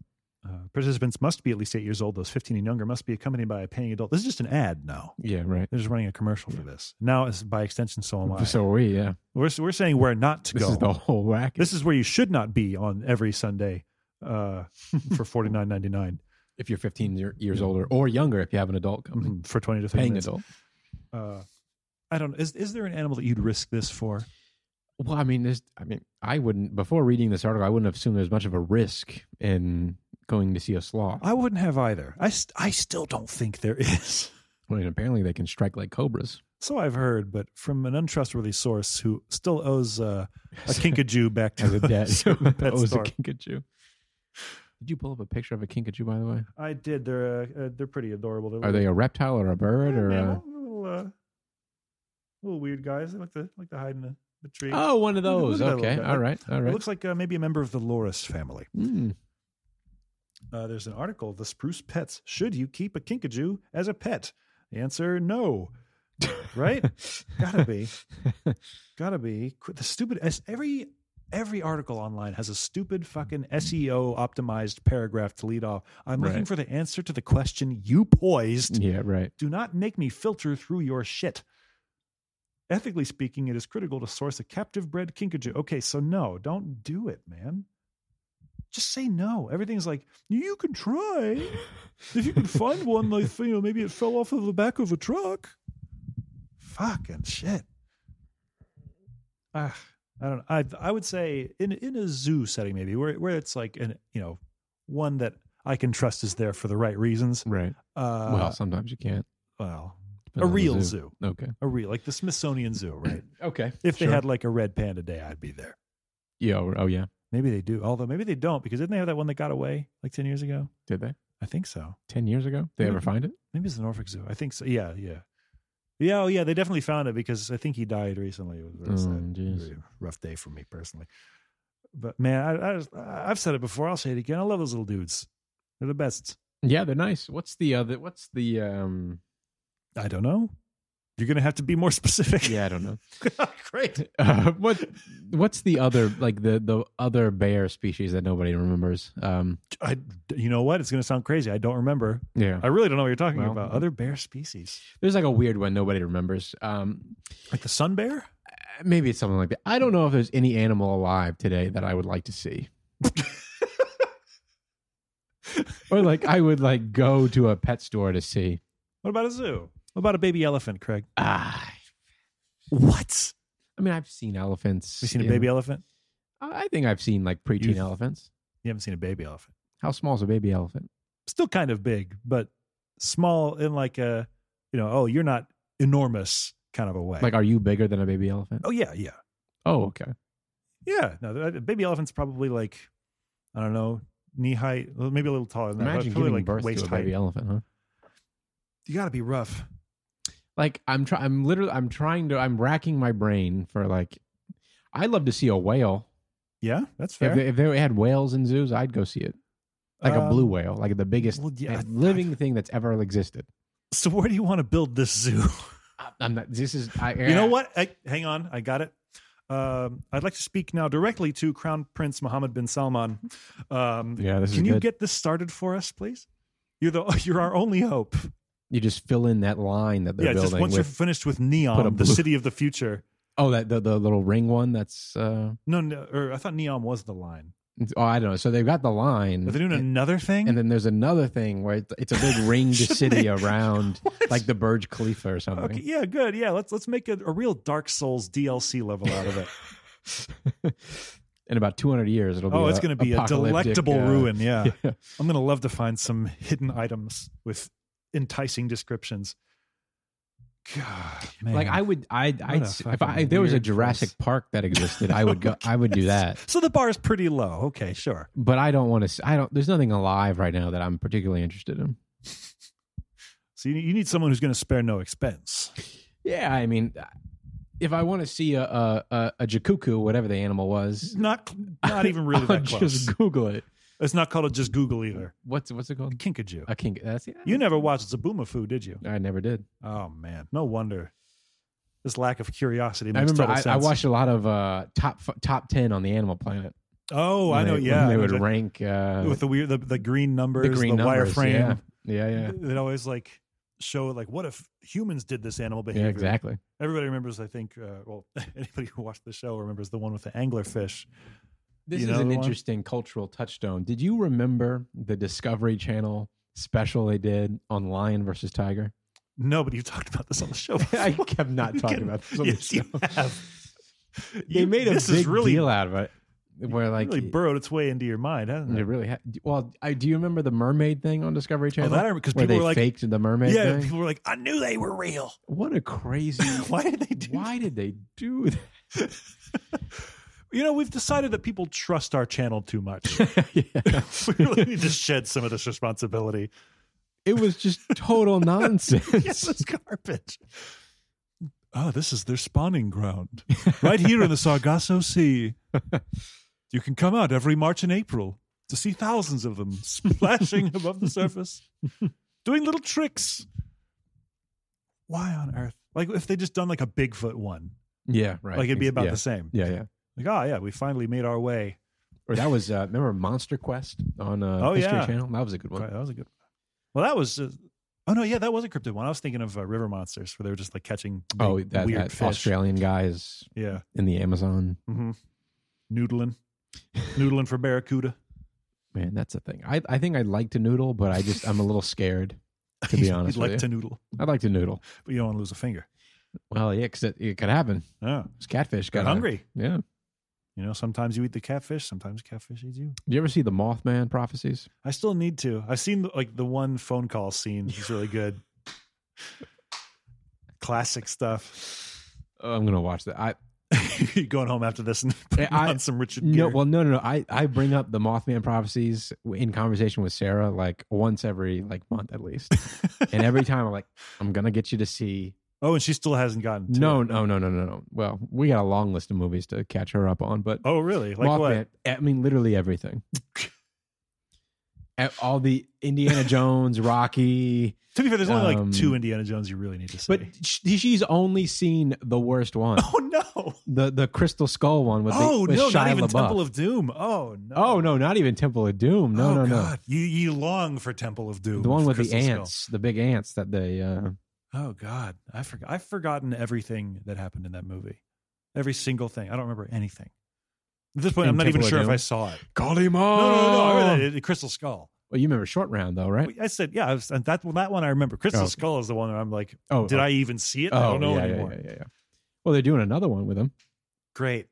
Speaker 2: Uh, participants must be at least eight years old. Those 15 and younger must be accompanied by a paying adult. This is just an ad now.
Speaker 1: Yeah. Right.
Speaker 2: They're just running a commercial for this. Now, it's by extension, so am I.
Speaker 1: So are we. Yeah.
Speaker 2: we're, we're saying where not to
Speaker 1: This
Speaker 2: go.
Speaker 1: is the whole racket.
Speaker 2: this is where you should not be on every Sunday uh, for 49.99
Speaker 1: if you're 15 year, years older or younger, if you have an adult company,
Speaker 2: Mhm, for 20 to 30
Speaker 1: Mm-hmm. paying
Speaker 2: minutes.
Speaker 1: adult.
Speaker 2: uh, I don't know. Is is there an animal that you'd risk this for?
Speaker 1: Well, I mean, there's, I mean, I wouldn't, before reading this article, I wouldn't have assumed there's much of a risk in going to see a sloth. I
Speaker 2: I wouldn't have either. I st- I still don't think there is.
Speaker 1: mean, apparently they can strike like cobras.
Speaker 2: So I've heard, but from an untrustworthy source who still owes uh, a kinkajou back to
Speaker 1: As a debt.
Speaker 2: certain pet
Speaker 1: oh, it's a
Speaker 2: store.
Speaker 1: kinkajou. Did you pull up a picture of a kinkajou, by the way?
Speaker 2: I did. They're uh, uh, they're pretty adorable. They're
Speaker 1: Are they a reptile or a bird
Speaker 2: little-
Speaker 1: or
Speaker 2: yeah,
Speaker 1: a,
Speaker 2: mammal, little, uh, little weird guys? They like to like to hide in the, the tree.
Speaker 1: Oh, one of
Speaker 2: Look at- look
Speaker 1: those.
Speaker 2: at that little
Speaker 1: Okay.
Speaker 2: guy.
Speaker 1: All right. All
Speaker 2: It
Speaker 1: right.
Speaker 2: looks like uh, maybe a member of the loris family.
Speaker 1: Mm.
Speaker 2: Uh, there's an article, The Spruce Pets. Should you keep a kinkajou as a pet? The answer, no. Right? Gotta be. Gotta be. Qu- The stupid, as every, every article online has a stupid fucking SEO optimized paragraph to lead off. I'm looking
Speaker 1: Right.
Speaker 2: for the answer to the question you poised.
Speaker 1: yeah, right.
Speaker 2: Do not make me filter through your shit. Ethically speaking, it is critical to source a captive bred kinkajou. Okay, so no, don't do it, man. Just say no. Everything's like, you can try. If you can find one, like, you know, maybe it fell off of the back of a truck. Fucking shit. Ah, I don't know. I, I would say in, in a zoo setting, maybe where, where it's like an, you know, one that I can trust is there for the right reasons.
Speaker 1: Right.
Speaker 2: Uh,
Speaker 1: well, sometimes you can't.
Speaker 2: well,
Speaker 1: Depends
Speaker 2: a
Speaker 1: on the
Speaker 2: real zoo.
Speaker 1: Okay.
Speaker 2: a real like the Smithsonian Zoo, right?
Speaker 1: Okay.
Speaker 2: if they
Speaker 1: sure.
Speaker 2: had like a red panda day, I'd be there.
Speaker 1: Yeah. Oh, oh, yeah.
Speaker 2: Maybe they do, although maybe they don't because didn't they have that one that got away like ten years ago?
Speaker 1: Did they?
Speaker 2: I think so.
Speaker 1: 10 years ago? They
Speaker 2: Yeah.
Speaker 1: ever find it?
Speaker 2: Maybe it's the Norfolk Zoo. I think so. Yeah, yeah. Yeah, oh yeah, they definitely found it because I think he died recently. It was very sad.
Speaker 1: Oh, jeez.
Speaker 2: Very rough day for me personally. But man, I, I just- I, I've said it before. I'll say it again. I love those little dudes. They're the best.
Speaker 1: Yeah, they're nice. What's the other? What's the um?
Speaker 2: I don't know. You're gonna have to be more specific.
Speaker 1: Yeah, I don't know.
Speaker 2: great.
Speaker 1: Uh, what What's the other like the the other bear species that nobody remembers? Um,
Speaker 2: I, you know what? It's gonna sound crazy. I don't remember.
Speaker 1: yeah,
Speaker 2: I really don't know what you're talking
Speaker 1: Well-
Speaker 2: about. Other bear species,
Speaker 1: there's like a weird one nobody remembers. Um,
Speaker 2: like the sun bear.
Speaker 1: maybe it's something like that. I don't know if there's any animal alive today that I would like to see. or like I would like go to a pet store to see.
Speaker 2: What about a zoo? What about a baby elephant, Craig?
Speaker 1: Ah,
Speaker 2: What?
Speaker 1: I mean, I've seen elephants.
Speaker 2: You seen a
Speaker 1: in-
Speaker 2: baby elephant?
Speaker 1: I I think I've seen like preteen
Speaker 2: You've-
Speaker 1: elephants.
Speaker 2: You haven't seen a baby elephant.
Speaker 1: How small is a baby elephant?
Speaker 2: still kind of big, but small in like a, you know, oh, you're not enormous kind of a way.
Speaker 1: Like, are you bigger than a baby elephant?
Speaker 2: oh yeah, yeah,
Speaker 1: Oh, okay.
Speaker 2: yeah. No, the- the baby elephant's probably like, I don't know, knee height, well, maybe a little taller than that. but
Speaker 1: Imagine
Speaker 2: probably
Speaker 1: giving
Speaker 2: like
Speaker 1: birth
Speaker 2: waist
Speaker 1: to a baby
Speaker 2: height.
Speaker 1: elephant, huh?
Speaker 2: You got to be rough.
Speaker 1: Like, I'm trying. I'm literally. I'm trying to. I'm racking my brain for like. I'd love to see a whale.
Speaker 2: Yeah, that's
Speaker 1: If
Speaker 2: fair.
Speaker 1: they, if they had whales in zoos, I'd go see it. Like a
Speaker 2: Um,
Speaker 1: blue whale, like the biggest
Speaker 2: well, yeah, I-
Speaker 1: living thing that's ever existed.
Speaker 2: So where do you want to build this zoo?
Speaker 1: I'm not. This is. I,
Speaker 2: Uh, you know what? I, hang on, I got it. Um, I'd like to speak now directly to Crown Prince Mohammed bin Salman. Um,
Speaker 1: Yeah, this
Speaker 2: can
Speaker 1: is
Speaker 2: you
Speaker 1: good.
Speaker 2: get this started for us, please? You're the you're our only hope.
Speaker 1: you just fill in that line that they're
Speaker 2: yeah,
Speaker 1: building.
Speaker 2: just once you're
Speaker 1: with,
Speaker 2: finished with
Speaker 1: put a
Speaker 2: Neon, the
Speaker 1: blue-
Speaker 2: city of the future.
Speaker 1: oh, that the, the little ring one. That's. uh
Speaker 2: No, no, or I thought Neon was the line.
Speaker 1: Oh, I don't know. So they've got the line.
Speaker 2: Are they doing another thing?
Speaker 1: And then there's another thing where it's, it's a big ringed
Speaker 2: Should
Speaker 1: city
Speaker 2: they-
Speaker 1: around,
Speaker 2: What?
Speaker 1: like the Burj Khalifa or something.
Speaker 2: okay, yeah, good, yeah. Let's let's make a, a real Dark Souls DLC level out of it.
Speaker 1: In about 200 years, it'll be
Speaker 2: oh, it's
Speaker 1: a-
Speaker 2: going to be a
Speaker 1: apocalyptic,
Speaker 2: delectable
Speaker 1: uh,
Speaker 2: ruin. Yeah, I'm going to love to find some hidden items with enticing descriptions. God, man.
Speaker 1: Like I would, I'd, I'd
Speaker 2: a
Speaker 1: s- if, I,
Speaker 2: fucking
Speaker 1: if there was a
Speaker 2: weird
Speaker 1: Jurassic
Speaker 2: place. Oh
Speaker 1: Park that existed, I would go. I would do that.
Speaker 2: so the bar is pretty low. Okay, sure.
Speaker 1: But I don't want to. I don't. There's nothing alive right now that I'm particularly interested in.
Speaker 2: So you, you need someone who's going to spare no expense.
Speaker 1: Yeah, I mean, if I want to see a a, a, a jacucu, whatever the animal was,
Speaker 2: Not cl- not even really
Speaker 1: I'll
Speaker 2: that close.
Speaker 1: Just Google it.
Speaker 2: It's not called a just Google either.
Speaker 1: What's what's it called?
Speaker 2: Kinkajou.
Speaker 1: A king. That's yeah.
Speaker 2: You never watched Zaboomafoo, did you?
Speaker 1: I never did.
Speaker 2: Oh man, no wonder. This lack of curiosity
Speaker 1: I
Speaker 2: makes
Speaker 1: remember
Speaker 2: total
Speaker 1: I,
Speaker 2: sense.
Speaker 1: I watched a lot of uh, top f- top ten on the Animal Planet.
Speaker 2: Oh, I
Speaker 1: When
Speaker 2: know.
Speaker 1: they-
Speaker 2: yeah,
Speaker 1: when they
Speaker 2: I
Speaker 1: would
Speaker 2: know
Speaker 1: rank uh,
Speaker 2: that- with the weird, the, the green numbers,
Speaker 1: the
Speaker 2: the,
Speaker 1: green numbers,
Speaker 2: wireframe.
Speaker 1: Yeah, yeah, yeah,
Speaker 2: They'd always like show like, what if humans did this animal
Speaker 1: yeah,
Speaker 2: behavior?
Speaker 1: exactly.
Speaker 2: Everybody remembers, I think. Uh, well, anybody who watched the show remembers the one with the anglerfish.
Speaker 1: This
Speaker 2: You
Speaker 1: is
Speaker 2: know uh,
Speaker 1: an
Speaker 2: the one?
Speaker 1: interesting cultural touchstone. Did you remember the Discovery Channel special they did on Lion versus Tiger?
Speaker 2: No, but you talked about this on the show.
Speaker 1: I
Speaker 2: before.
Speaker 1: kept not
Speaker 2: You
Speaker 1: talking
Speaker 2: can-
Speaker 1: about this. On
Speaker 2: yes,
Speaker 1: the
Speaker 2: you
Speaker 1: show.
Speaker 2: have.
Speaker 1: They
Speaker 2: You-
Speaker 1: made a
Speaker 2: this
Speaker 1: big
Speaker 2: is really,
Speaker 1: deal out of it. Where like
Speaker 2: really burrowed its way into your mind, hasn't it?
Speaker 1: it really ha- well, I do you remember the mermaid thing on Discovery Channel?
Speaker 2: Oh, that I remember, 'cause
Speaker 1: where
Speaker 2: people
Speaker 1: they
Speaker 2: were like-
Speaker 1: faked the mermaid
Speaker 2: yeah,
Speaker 1: thing.
Speaker 2: people were like, "I knew they were real."
Speaker 1: What a crazy!
Speaker 2: Why did they do?
Speaker 1: Why did they do that?
Speaker 2: You know, we've decided that people trust our channel too much.
Speaker 1: yeah.
Speaker 2: we really need to shed some of this responsibility.
Speaker 1: It was just total
Speaker 2: Yes,
Speaker 1: nonsense.
Speaker 2: it's garbage. Oh, this is their spawning ground, right here in the Sargasso Sea. You can come out every March and April to see thousands of them splashing above the surface, doing little tricks. Why on earth? Like if they just done like a Bigfoot one,
Speaker 1: Yeah, right.
Speaker 2: like it'd be about
Speaker 1: yeah.
Speaker 2: the same.
Speaker 1: Yeah, yeah.
Speaker 2: Like, oh yeah, we finally made our way.
Speaker 1: Or that was uh, remember Monster Quest on uh,
Speaker 2: Oh,
Speaker 1: History
Speaker 2: yeah.
Speaker 1: Channel. That was a good one.
Speaker 2: Right, that was a good. Well, that was. Uh, oh no, yeah, that was a cryptid one. I was thinking of uh, river monsters, where they were just like catching big,
Speaker 1: Oh, that,
Speaker 2: weird
Speaker 1: that
Speaker 2: fish.
Speaker 1: Australian guy is
Speaker 2: Yeah,
Speaker 1: in the Amazon.
Speaker 2: hmm noodling, noodling for barracuda.
Speaker 1: Man, that's a thing. I I think I'd like to noodle, but I just I'm a little scared. To be honest
Speaker 2: you'd like
Speaker 1: with
Speaker 2: to noodle,
Speaker 1: I'd like to noodle.
Speaker 2: but you don't want to lose a finger.
Speaker 1: Well, yeah, because it, it could happen.
Speaker 2: Oh,
Speaker 1: It's catfish.
Speaker 2: got
Speaker 1: Got
Speaker 2: hungry.
Speaker 1: Yeah.
Speaker 2: You know, sometimes you eat the catfish, sometimes catfish eats you.
Speaker 1: Did you ever see the Mothman prophecies?
Speaker 2: I still need to. I've seen like the one phone call scene. It's really good. Classic stuff.
Speaker 1: Oh, I'm gonna watch that. I
Speaker 2: You're going home after this and
Speaker 1: Yeah,
Speaker 2: putting
Speaker 1: I-
Speaker 2: on some Richard
Speaker 1: No,
Speaker 2: Gere.
Speaker 1: well, no, no, no. I, I bring up the Mothman prophecies in conversation with Sarah like once every like month at least, and every time I'm like, I'm gonna get you to see
Speaker 2: Oh, and she still hasn't gotten. To
Speaker 1: No,
Speaker 2: it.
Speaker 1: no, no, no, no, no. Well, we got a long list of movies to catch her up on, but
Speaker 2: Oh, really? Like
Speaker 1: Mothman. I mean, literally everything. A- All the Indiana Jones, Rocky,
Speaker 2: what? To be fair, there's only
Speaker 1: Um,
Speaker 2: like two Indiana Jones you really need to see.
Speaker 1: but sh- she's only seen the worst one,
Speaker 2: oh no!
Speaker 1: the the Crystal Skull one with
Speaker 2: oh
Speaker 1: the, with
Speaker 2: no! Not
Speaker 1: Shia
Speaker 2: even
Speaker 1: LaBeouf.
Speaker 2: Temple of Doom. Oh no!
Speaker 1: oh no, not even Temple of Doom. No,
Speaker 2: Oh,
Speaker 1: no,
Speaker 2: God. You you long for Temple of
Speaker 1: no.
Speaker 2: Doom.
Speaker 1: The one
Speaker 2: for
Speaker 1: with the
Speaker 2: Crystal Skull.
Speaker 1: ants, the big ants that they. Uh,
Speaker 2: Oh God, I forgot. I've forgotten everything that happened in that movie. Every single thing. I don't remember anything. At this point,
Speaker 1: In
Speaker 2: I'm not even
Speaker 1: Temple of
Speaker 2: sure if
Speaker 1: Doom?
Speaker 2: I saw it.
Speaker 1: Call him
Speaker 2: No, no, no. no. I read it. It- Crystal Skull.
Speaker 1: Well, you remember Short Round though, right?
Speaker 2: I said, yeah. I was, and that one, that one I remember. Crystal
Speaker 1: Oh.
Speaker 2: Skull is the one that I'm like,
Speaker 1: Oh,
Speaker 2: did
Speaker 1: oh,
Speaker 2: I even see it?
Speaker 1: Oh,
Speaker 2: I don't know
Speaker 1: yeah, yeah,
Speaker 2: anymore.
Speaker 1: Yeah, yeah, yeah. Well, they're doing another one with him.
Speaker 2: Great.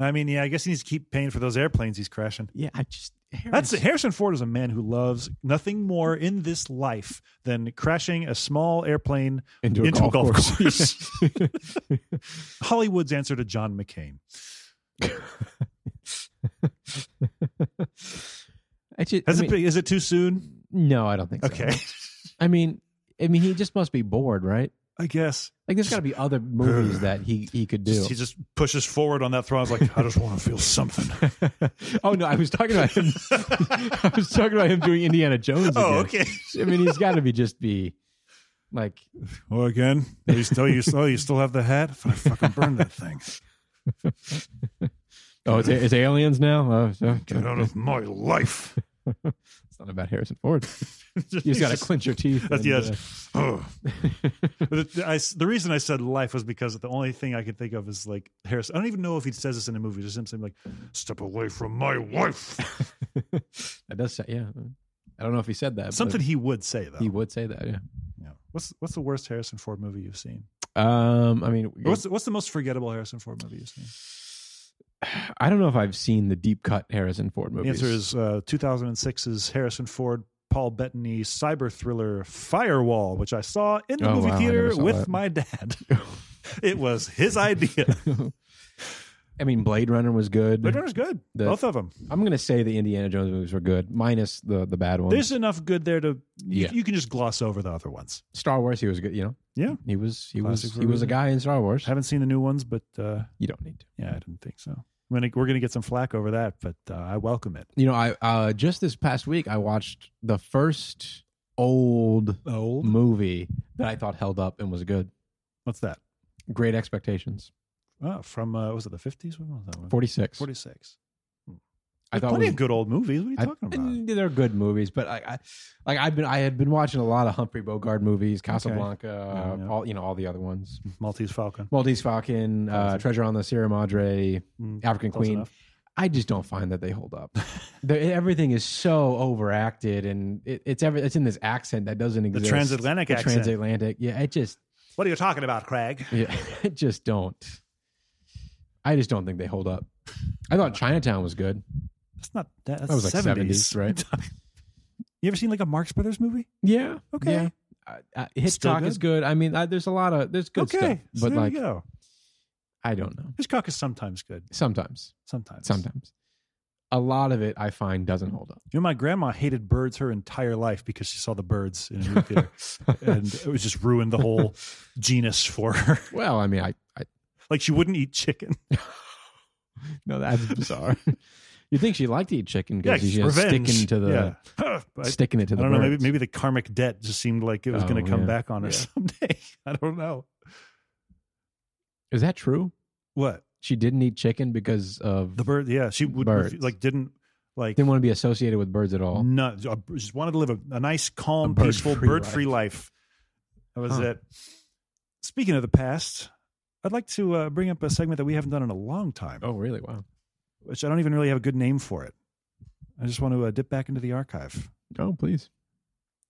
Speaker 2: I mean, yeah. I guess he needs to keep paying for those airplanes he's crashing.
Speaker 1: Yeah, I just
Speaker 2: That's Harrison Ford is a man who loves nothing more in this life than crashing a small airplane
Speaker 1: into a
Speaker 2: into a
Speaker 1: golf,
Speaker 2: golf
Speaker 1: course.
Speaker 2: Hollywood's answer to John McCain.
Speaker 1: I just, I
Speaker 2: Has
Speaker 1: mean,
Speaker 2: it been, is it too soon?
Speaker 1: no, I don't think so.
Speaker 2: Okay,
Speaker 1: I mean, I mean, he just must be bored, right?
Speaker 2: I guess
Speaker 1: Like, there's got to be other movies that he he could do.
Speaker 2: Just- he just pushes forward on that throne. I was like, I just want to feel something.
Speaker 1: oh no, I was talking about him. I was talking about him doing Indiana Jones.
Speaker 2: oh,
Speaker 1: again.
Speaker 2: okay.
Speaker 1: I mean, he's got to be just be like,
Speaker 2: Oh, again,
Speaker 3: Oh, you still, you, oh, you still have the hat? I fucking burned that thing.
Speaker 1: oh, it's, it's aliens now. Oh, so-
Speaker 3: Get out of my life.
Speaker 1: it's not about Harrison Ford. You just got to clench your teeth.
Speaker 2: That's-
Speaker 1: and,
Speaker 2: yes.
Speaker 1: uh,
Speaker 3: Ugh.
Speaker 2: But it- I s- the reason I said life was because the only thing I could think of is like Harris. I don't even know if he says this in a movie. Just him saying like,
Speaker 3: Step away from my wife.
Speaker 1: uh, that does say, yeah. I don't know if he said that. but
Speaker 2: something he would say though.
Speaker 1: he would say that. Yeah.
Speaker 2: Yeah. What's what's the worst Harrison Ford movie you've seen?
Speaker 1: Um, I mean,
Speaker 2: Or What's what's the most forgettable Harrison Ford movie you've seen?
Speaker 1: I don't know if I've seen the deep cut Harrison Ford
Speaker 2: The
Speaker 1: movies.
Speaker 2: answer is uh, 2006's Harrison Ford, Paul Bettany cyber thriller Firewall, which I saw in the
Speaker 1: Oh,
Speaker 2: movie
Speaker 1: wow, I
Speaker 2: theater
Speaker 1: never saw
Speaker 2: with
Speaker 1: that.
Speaker 2: my dad. it was his idea.
Speaker 1: I mean, Blade Runner was good.
Speaker 2: Blade Runner's good.
Speaker 1: The-
Speaker 2: Both of them.
Speaker 1: I'm gonna say the Indiana Jones movies were good, minus the the bad ones.
Speaker 2: There's enough good there to you,
Speaker 1: Yeah.
Speaker 2: you can just gloss over the other ones.
Speaker 1: Star Wars, he was good. You know,
Speaker 2: Yeah.
Speaker 1: he was he
Speaker 2: Classic
Speaker 1: was he was a
Speaker 2: version.
Speaker 1: guy in Star Wars.
Speaker 2: Haven't seen the new ones, but uh,
Speaker 1: You don't need to.
Speaker 2: yeah, I didn't think so. I'm gonna, we're going to get some flack over that, but uh, I welcome it.
Speaker 1: You know, I uh, just this past week I watched the first old
Speaker 2: Old?
Speaker 1: movie that I thought held up and was good.
Speaker 2: Mm. What's that?
Speaker 1: Great Expectations,
Speaker 2: Oh, from, uh, was it the 50s? What was that one?
Speaker 1: forty six.
Speaker 2: 46.
Speaker 1: I
Speaker 2: There's
Speaker 1: thought
Speaker 2: plenty
Speaker 1: was
Speaker 2: of good old movies. What are you
Speaker 1: I-
Speaker 2: talking about?
Speaker 1: and They're good movies, but I, I like I've been I had been watching a lot of Humphrey Bogart movies, Casablanca,
Speaker 2: Yeah, yeah.
Speaker 1: all you know, all the other ones.
Speaker 2: Maltese Falcon.
Speaker 1: Maltese Falcon, uh,
Speaker 2: Classic.
Speaker 1: Treasure on the Sierra Madre,
Speaker 2: Mm,
Speaker 1: African
Speaker 2: close
Speaker 1: Queen.
Speaker 2: enough.
Speaker 1: I just don't find that they hold up. They're- everything is so overacted, and it, it's every it's in this accent that doesn't
Speaker 2: the
Speaker 1: exist.
Speaker 2: transatlantic
Speaker 1: The
Speaker 2: accent.
Speaker 1: transatlantic. Yeah, it just
Speaker 2: what are you talking about, Craig?
Speaker 1: yeah, it just don't. I just don't think they hold up. I
Speaker 2: Uh,
Speaker 1: thought Chinatown was good.
Speaker 2: That's not that. That's
Speaker 1: That was like
Speaker 2: 70s.
Speaker 1: 70s, right?
Speaker 2: You ever seen like a Marx Brothers movie?
Speaker 1: Yeah.
Speaker 2: Okay.
Speaker 1: Yeah. I, I, Hitchcock
Speaker 2: good?
Speaker 1: is good. I mean, I, there's a lot of there's good
Speaker 2: okay,
Speaker 1: stuff,
Speaker 2: so
Speaker 1: but
Speaker 2: there
Speaker 1: like
Speaker 2: you go.
Speaker 1: I don't know.
Speaker 2: Hitchcock is sometimes good.
Speaker 1: Sometimes,
Speaker 2: Sometimes.
Speaker 1: sometimes, a lot of it I find doesn't hold up.
Speaker 2: You know, my grandma hated birds her entire life because she saw the birds in a movie theater, and it was just ruined the whole genus for her.
Speaker 1: Well, I mean, I, I
Speaker 2: like she wouldn't eat chicken.
Speaker 1: no, that's bizarre. you think she liked to eat chicken
Speaker 2: Yeah,
Speaker 1: because she's just
Speaker 2: revenge.
Speaker 1: sticking to the
Speaker 2: Yeah. I,
Speaker 1: sticking it to
Speaker 2: I
Speaker 1: the
Speaker 2: don't know. Maybe
Speaker 1: birds.
Speaker 2: maybe the karmic debt just seemed like it was
Speaker 1: Oh,
Speaker 2: going to come
Speaker 1: yeah.
Speaker 2: back on her
Speaker 1: Yeah.
Speaker 2: someday. I don't know
Speaker 1: is that true?
Speaker 2: what
Speaker 1: She didn't eat chicken because of
Speaker 2: the bird. Yeah, she would
Speaker 1: Birds.
Speaker 2: like didn't like
Speaker 1: didn't want to be associated with birds at all.
Speaker 2: No, uh, just wanted to live a, a nice, calm,
Speaker 1: A bird-free
Speaker 2: peaceful, bird free life. That was
Speaker 1: Huh.
Speaker 2: it. Speaking of the past, I'd like to uh, bring up a segment that we haven't done in a long time,
Speaker 1: Oh, really? Wow.
Speaker 2: which I don't even really have a good name for it. I just want to uh, dip back into the archive.
Speaker 1: Oh, please.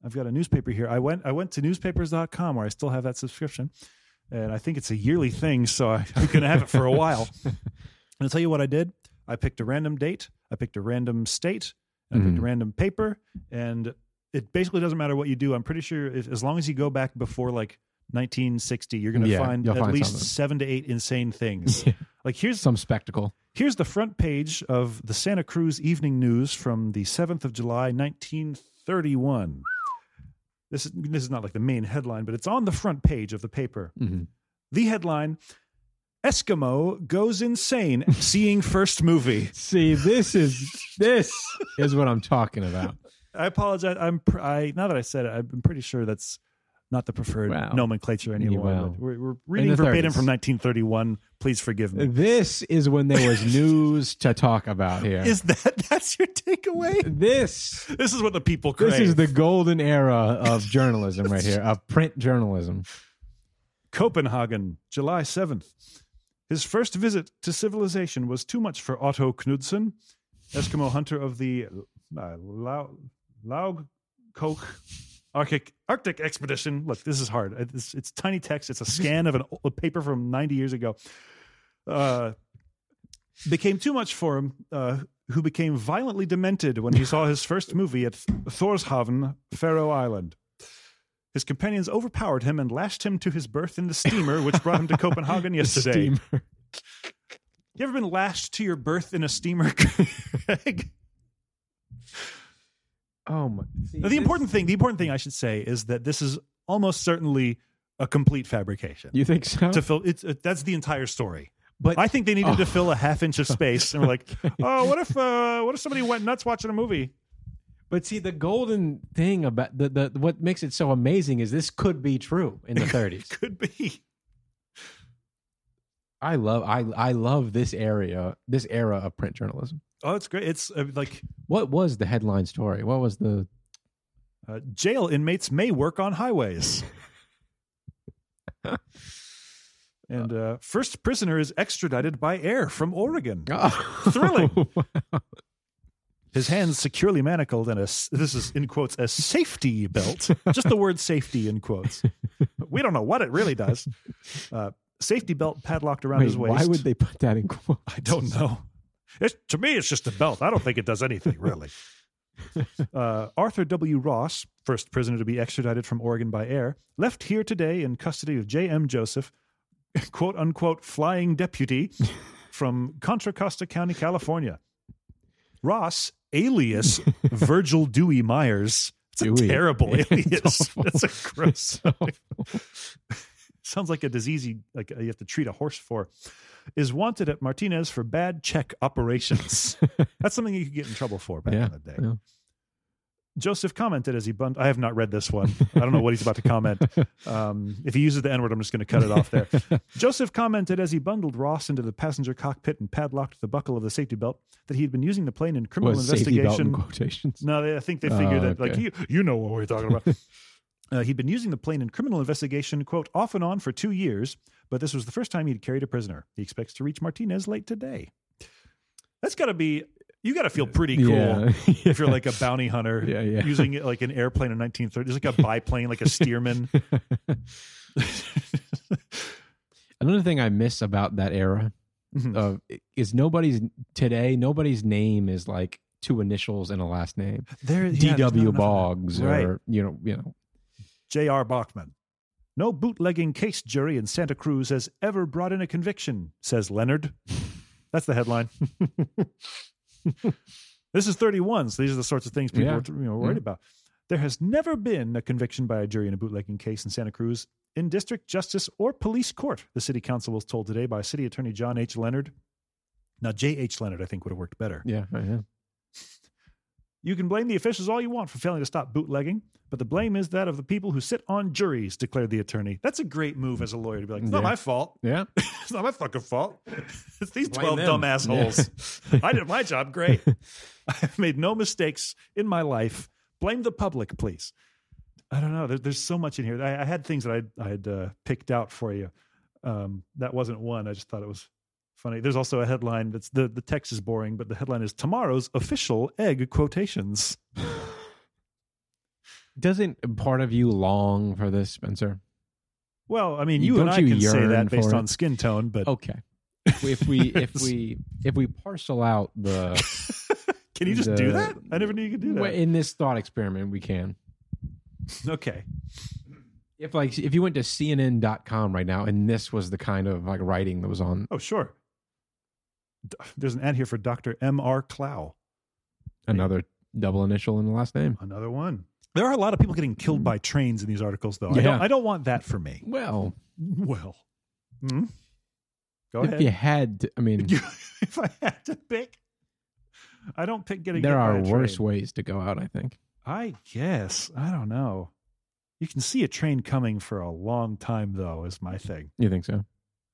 Speaker 2: I've got a newspaper here. I went I went to newspapers.com where I still have that subscription. And I think it's a yearly thing, so I, I'm going to have it for a while. And I'll tell you what I did. I picked a random date, I picked a random state, and I picked
Speaker 1: Mhm.
Speaker 2: a random paper, and it basically doesn't matter what you do. I'm pretty sure if, as long as you go back before like 1960, you're going to
Speaker 1: Yeah,
Speaker 2: find
Speaker 1: you'll
Speaker 2: at
Speaker 1: find
Speaker 2: least
Speaker 1: something.
Speaker 2: seven to eight insane things. like here's
Speaker 1: Some spectacle.
Speaker 2: Here's the front page of the Santa Cruz Evening News from the 7th of July, 1931. This is, this is not like the main headline, but it's on the front page of the paper.
Speaker 1: Mhm.
Speaker 2: The headline Eskimo goes insane seeing first movie.
Speaker 1: See, this is this is what I'm talking about.
Speaker 2: I apologize. I'm pr- I now that I said it, I'm pretty sure that's not the preferred
Speaker 1: Wow.
Speaker 2: nomenclature anymore.
Speaker 1: Wow.
Speaker 2: but We're, we're reading
Speaker 1: the
Speaker 2: verbatim
Speaker 1: 30s.
Speaker 2: from 1931. Please forgive me.
Speaker 1: This is when there was news to talk about here.
Speaker 2: Is that that's your takeaway?
Speaker 1: this
Speaker 2: This is what the people crave.
Speaker 1: this is the golden era of journalism right here, of print journalism.
Speaker 2: Copenhagen, July 7th. His first visit to civilization was too much for Otto Knudsen, Eskimo hunter of the uh, Lau- Laugkok Arctic, Arctic expedition. Look, this is hard. It's, it's tiny text. It's a scan of an, o- a paper from 90 years ago. Uh, became too much for him, uh, who became violently demented when he saw his first movie at Thorshaven, Faroe Island. His companions overpowered him and lashed him to his berth in the steamer, which brought him to Copenhagen yesterday.
Speaker 1: Steamer.
Speaker 2: You ever been lashed to your berth in a steamer? Craig?
Speaker 1: Oh my! See,
Speaker 2: Now, the
Speaker 1: this-
Speaker 2: important thing, the important thing I should say is that this is almost certainly a complete fabrication.
Speaker 1: You think so?
Speaker 2: To fill, it's, it, that's the entire story.
Speaker 1: but
Speaker 2: I think they needed to
Speaker 1: Oh.
Speaker 2: fill a half inch of space, and we're like, oh, what if, uh, what if somebody went nuts watching a movie?
Speaker 1: But see, the golden thing about the, the what makes it so amazing is this could be true in the 30s.
Speaker 2: Could be.
Speaker 1: I love I I love this area this era of print journalism.
Speaker 2: Oh, it's great. It's uh, like
Speaker 1: What was the headline story? What was the
Speaker 2: uh, jail inmates may work on highways. and uh, first prisoner is extradited by air from Oregon. Thrilling. His hands securely manacled and a s- this is in quotes a safety belt. Just the word safety in quotes. We don't know what it really does. Uh, safety belt padlocked around
Speaker 1: Wait,
Speaker 2: his waist.
Speaker 1: why would they put that in quotes?
Speaker 2: I don't know. It's, to me, it's just a belt. I don't think it does anything really. Uh, Arthur W. Ross, first prisoner to be extradited from Oregon by air, left here today in custody of J.M. Joseph, quote unquote, flying deputy from Contra Costa County, California. Ross, alias Virgil Dewey Myers. It's a
Speaker 1: Dewey.
Speaker 2: terrible
Speaker 1: It's
Speaker 2: alias.
Speaker 1: awful.
Speaker 2: That's a gross. Sounds like a disease you, like you have to treat a horse for. Is wanted at Martinez for bad check operations. That's something you could get in trouble for back
Speaker 1: Yeah,
Speaker 2: in the day.
Speaker 1: yeah.
Speaker 2: Joseph commented as he bunt. I have not read this one. I don't know what he's about to comment. Um, if he uses the N word, I'm just going to cut it off there. Joseph commented as he bundled Ross into the passenger cockpit and padlocked the buckle of the safety belt that he had been using the plane in criminal
Speaker 1: was safety belt in
Speaker 2: investigation.
Speaker 1: quotations?
Speaker 2: No, they, I think they figured
Speaker 1: Oh,
Speaker 2: that, like,
Speaker 1: okay.
Speaker 2: you, you know what we're talking about. uh, he'd been using the plane in criminal investigation, quote, off and on for two years, but this was the first time he'd carried a prisoner. He expects to reach Martinez late today. That's got to be, you got to feel pretty cool if you're like a bounty hunter
Speaker 1: Yeah, yeah.
Speaker 2: using it like an airplane in 1930s, like a biplane, like a steerman.
Speaker 1: Another thing I miss about that era
Speaker 2: Mhm.
Speaker 1: of is nobody's today. Nobody's name is like two initials and a last name.
Speaker 2: There, yeah, there's not
Speaker 1: D.W.
Speaker 2: enough of that.
Speaker 1: Boggs
Speaker 2: Right.
Speaker 1: or you know you know
Speaker 2: J.R. Bachman. No bootlegging case jury in Santa Cruz has ever brought in a conviction, says Leonard. That's the headline. this is 31, so these are the sorts of things people
Speaker 1: Yeah.
Speaker 2: are you know, worried
Speaker 1: Yeah.
Speaker 2: about. There has never been a conviction by a jury in a bootlegging case in Santa Cruz in district justice or police court, the city council was told today by City Attorney John H. Leonard. Now, J.H. Leonard, I think, would have worked better.
Speaker 1: yeah right, yeah.
Speaker 2: You can blame the officials all you want for failing to stop bootlegging, but the blame is that of the people who sit on juries, declared the attorney. That's a great move as a lawyer to be like, it's not
Speaker 1: Yeah.
Speaker 2: my fault.
Speaker 1: Yeah.
Speaker 2: It's not my fucking fault. It's these
Speaker 1: Blame
Speaker 2: 12
Speaker 1: them.
Speaker 2: dumb assholes. I did my job great. I've made no mistakes in my life. Blame the public, please. I don't know. There, there's so much in here. I, I had things that I had uh, picked out for you. Um, that wasn't one. I just thought it was funny. There's also a headline that's the, the text is boring, but the headline is tomorrow's official egg quotations.
Speaker 1: Doesn't part of you long for this, Spencer?
Speaker 2: Well, I mean, you,
Speaker 1: You-
Speaker 2: and
Speaker 1: don't
Speaker 2: I
Speaker 1: you
Speaker 2: can say
Speaker 1: yearn
Speaker 2: that based
Speaker 1: for
Speaker 2: on
Speaker 1: it? Oh,
Speaker 2: skin tone, but
Speaker 1: Okay. If we if we if we parcel out the
Speaker 2: can you just do
Speaker 1: the-
Speaker 2: that? I never knew you could do that.
Speaker 1: in this thought experiment, we can.
Speaker 2: Okay.
Speaker 1: If like if you went to CNN.com right now and this was the kind of like writing that was on,
Speaker 2: Oh, sure. D- There's an ad here for Dr. M.R. Clow.
Speaker 1: another double initial in the last name.
Speaker 2: Another one. There are a lot of people getting killed by trains in these articles, though. I,
Speaker 1: Yeah.
Speaker 2: don't, I don't want that for me.
Speaker 1: Well,
Speaker 2: Well, hmm? go
Speaker 1: if
Speaker 2: ahead.
Speaker 1: you had, to, I mean,
Speaker 2: if I had to pick, I don't pick getting.
Speaker 1: there
Speaker 2: hit by
Speaker 1: are
Speaker 2: a
Speaker 1: worse
Speaker 2: train.
Speaker 1: ways to go out. I think.
Speaker 2: I guess I don't know. You can see a train coming for a long time, though. Is my thing
Speaker 1: You think so?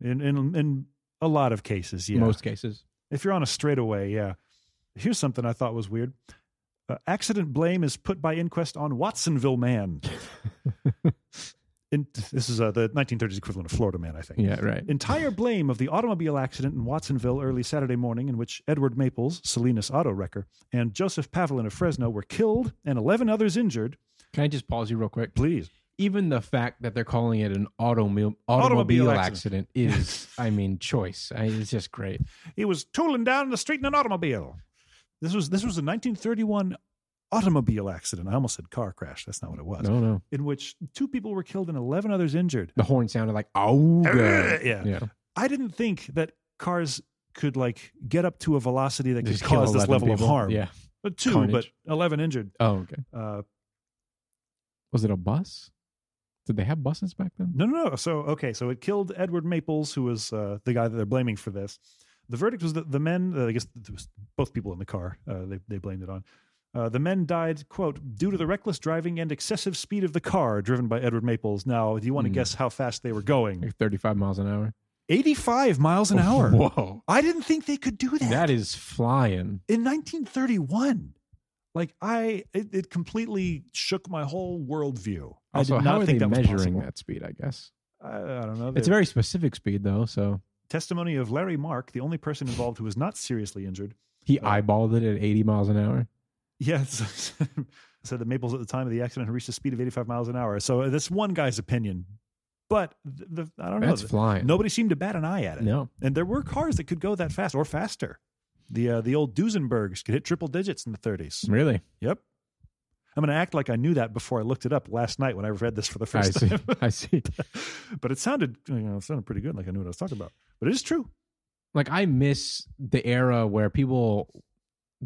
Speaker 2: in in in a lot of cases. Yeah,
Speaker 1: Most cases.
Speaker 2: if you're on a straightaway, yeah. Here's something I thought was weird. Uh, accident blame is put by inquest on Watsonville man. in, this is uh, the 1930s equivalent of Florida man, I think.
Speaker 1: Yeah. Right.
Speaker 2: Entire blame of the automobile accident in Watsonville early Saturday morning, in which Edward Maples, Salinas auto wrecker, and Joseph Pavlin of Fresno were killed and 11 others injured.
Speaker 1: Can I just pause you real quick?
Speaker 2: Please.
Speaker 1: Even the fact that they're calling it an automobile automobile accident,
Speaker 2: accident.
Speaker 1: is, I mean, choice. I, it's just great.
Speaker 2: He was tooling down the street in an automobile. This was this was a 1931 automobile accident. I almost said car crash. That's not what it was.
Speaker 1: No, no.
Speaker 2: in which two people were killed and 11 others injured.
Speaker 1: The horn sounded like oh
Speaker 2: Yeah.
Speaker 1: Yeah.
Speaker 2: I didn't think that cars could like get up to a velocity that could
Speaker 1: Just kill
Speaker 2: cause this
Speaker 1: 11
Speaker 2: level
Speaker 1: people.
Speaker 2: of harm.
Speaker 1: Yeah.
Speaker 2: But two,
Speaker 1: Carnage.
Speaker 2: but 11 injured.
Speaker 1: Oh, okay.
Speaker 2: Uh,
Speaker 1: Was it a bus? Did they have buses back then?
Speaker 2: no, no, no. So, okay. So it killed Edward Maples, who was uh, the guy that they're blaming for this. The verdict was that the men, uh, I guess it was both people in the car, uh, they, they blamed it on. Uh, the men died, quote, due to the reckless driving and excessive speed of the car driven by Edward Maples. Now, do you want to
Speaker 1: Hmm.
Speaker 2: guess how fast they were going?
Speaker 1: Like 35 miles an hour.
Speaker 2: 85 miles an hour.
Speaker 1: Whoa.
Speaker 2: I didn't think they could do that,
Speaker 1: Oh, That is flying.
Speaker 2: in 1931. Like I, it, it completely shook my whole worldview.
Speaker 1: Also,
Speaker 2: I did
Speaker 1: how
Speaker 2: not
Speaker 1: are
Speaker 2: think
Speaker 1: they
Speaker 2: that
Speaker 1: measuring
Speaker 2: was possible.
Speaker 1: that speed? I guess
Speaker 2: I, I don't know.
Speaker 1: it's a very specific speed, though. So
Speaker 2: testimony of Larry Mark, the only person involved who was not seriously injured.
Speaker 1: he
Speaker 2: Right.
Speaker 1: eyeballed it at 80 miles an hour.
Speaker 2: Yes, said the Maples at the time of the accident had reached a speed of 85 miles an hour. So uh, that's one guy's opinion, but the, the, I don't know.
Speaker 1: That's flying.
Speaker 2: Nobody seemed to bat an eye at it.
Speaker 1: no.
Speaker 2: And there were cars that could go that fast or faster. The uh, the old Duesenbergs could hit triple digits in the 30s.
Speaker 1: Really?
Speaker 2: Yep. I'm going to act like I knew that before I looked it up last night when I read this for the
Speaker 1: I
Speaker 2: first
Speaker 1: see.
Speaker 2: time.
Speaker 1: I see.
Speaker 2: but it sounded, you know, it sounded pretty good, like I knew what I was talking about. But it is true.
Speaker 1: Like I miss the era where people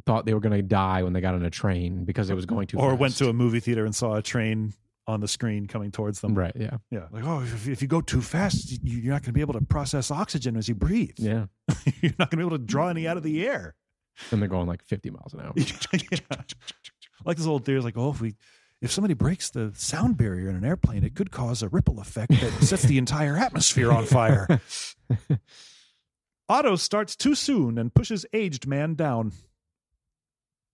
Speaker 1: thought they were going to die when they got on a train because it was going too
Speaker 2: or
Speaker 1: fast.
Speaker 2: went to a movie theater and saw a train on the screen coming towards them.
Speaker 1: right. Yeah.
Speaker 2: Yeah, like oh, if, if you go too fast, you, you're not going to be able to process oxygen as you breathe.
Speaker 1: Yeah.
Speaker 2: you're not going to be able to draw any out of the air.
Speaker 1: And they're going like 50 miles an hour.
Speaker 2: Yeah. Like this old theory is like, oh, if we if somebody breaks the sound barrier in an airplane, it could cause a ripple effect that sets the entire atmosphere on fire. Otto starts too soon and pushes aged man down.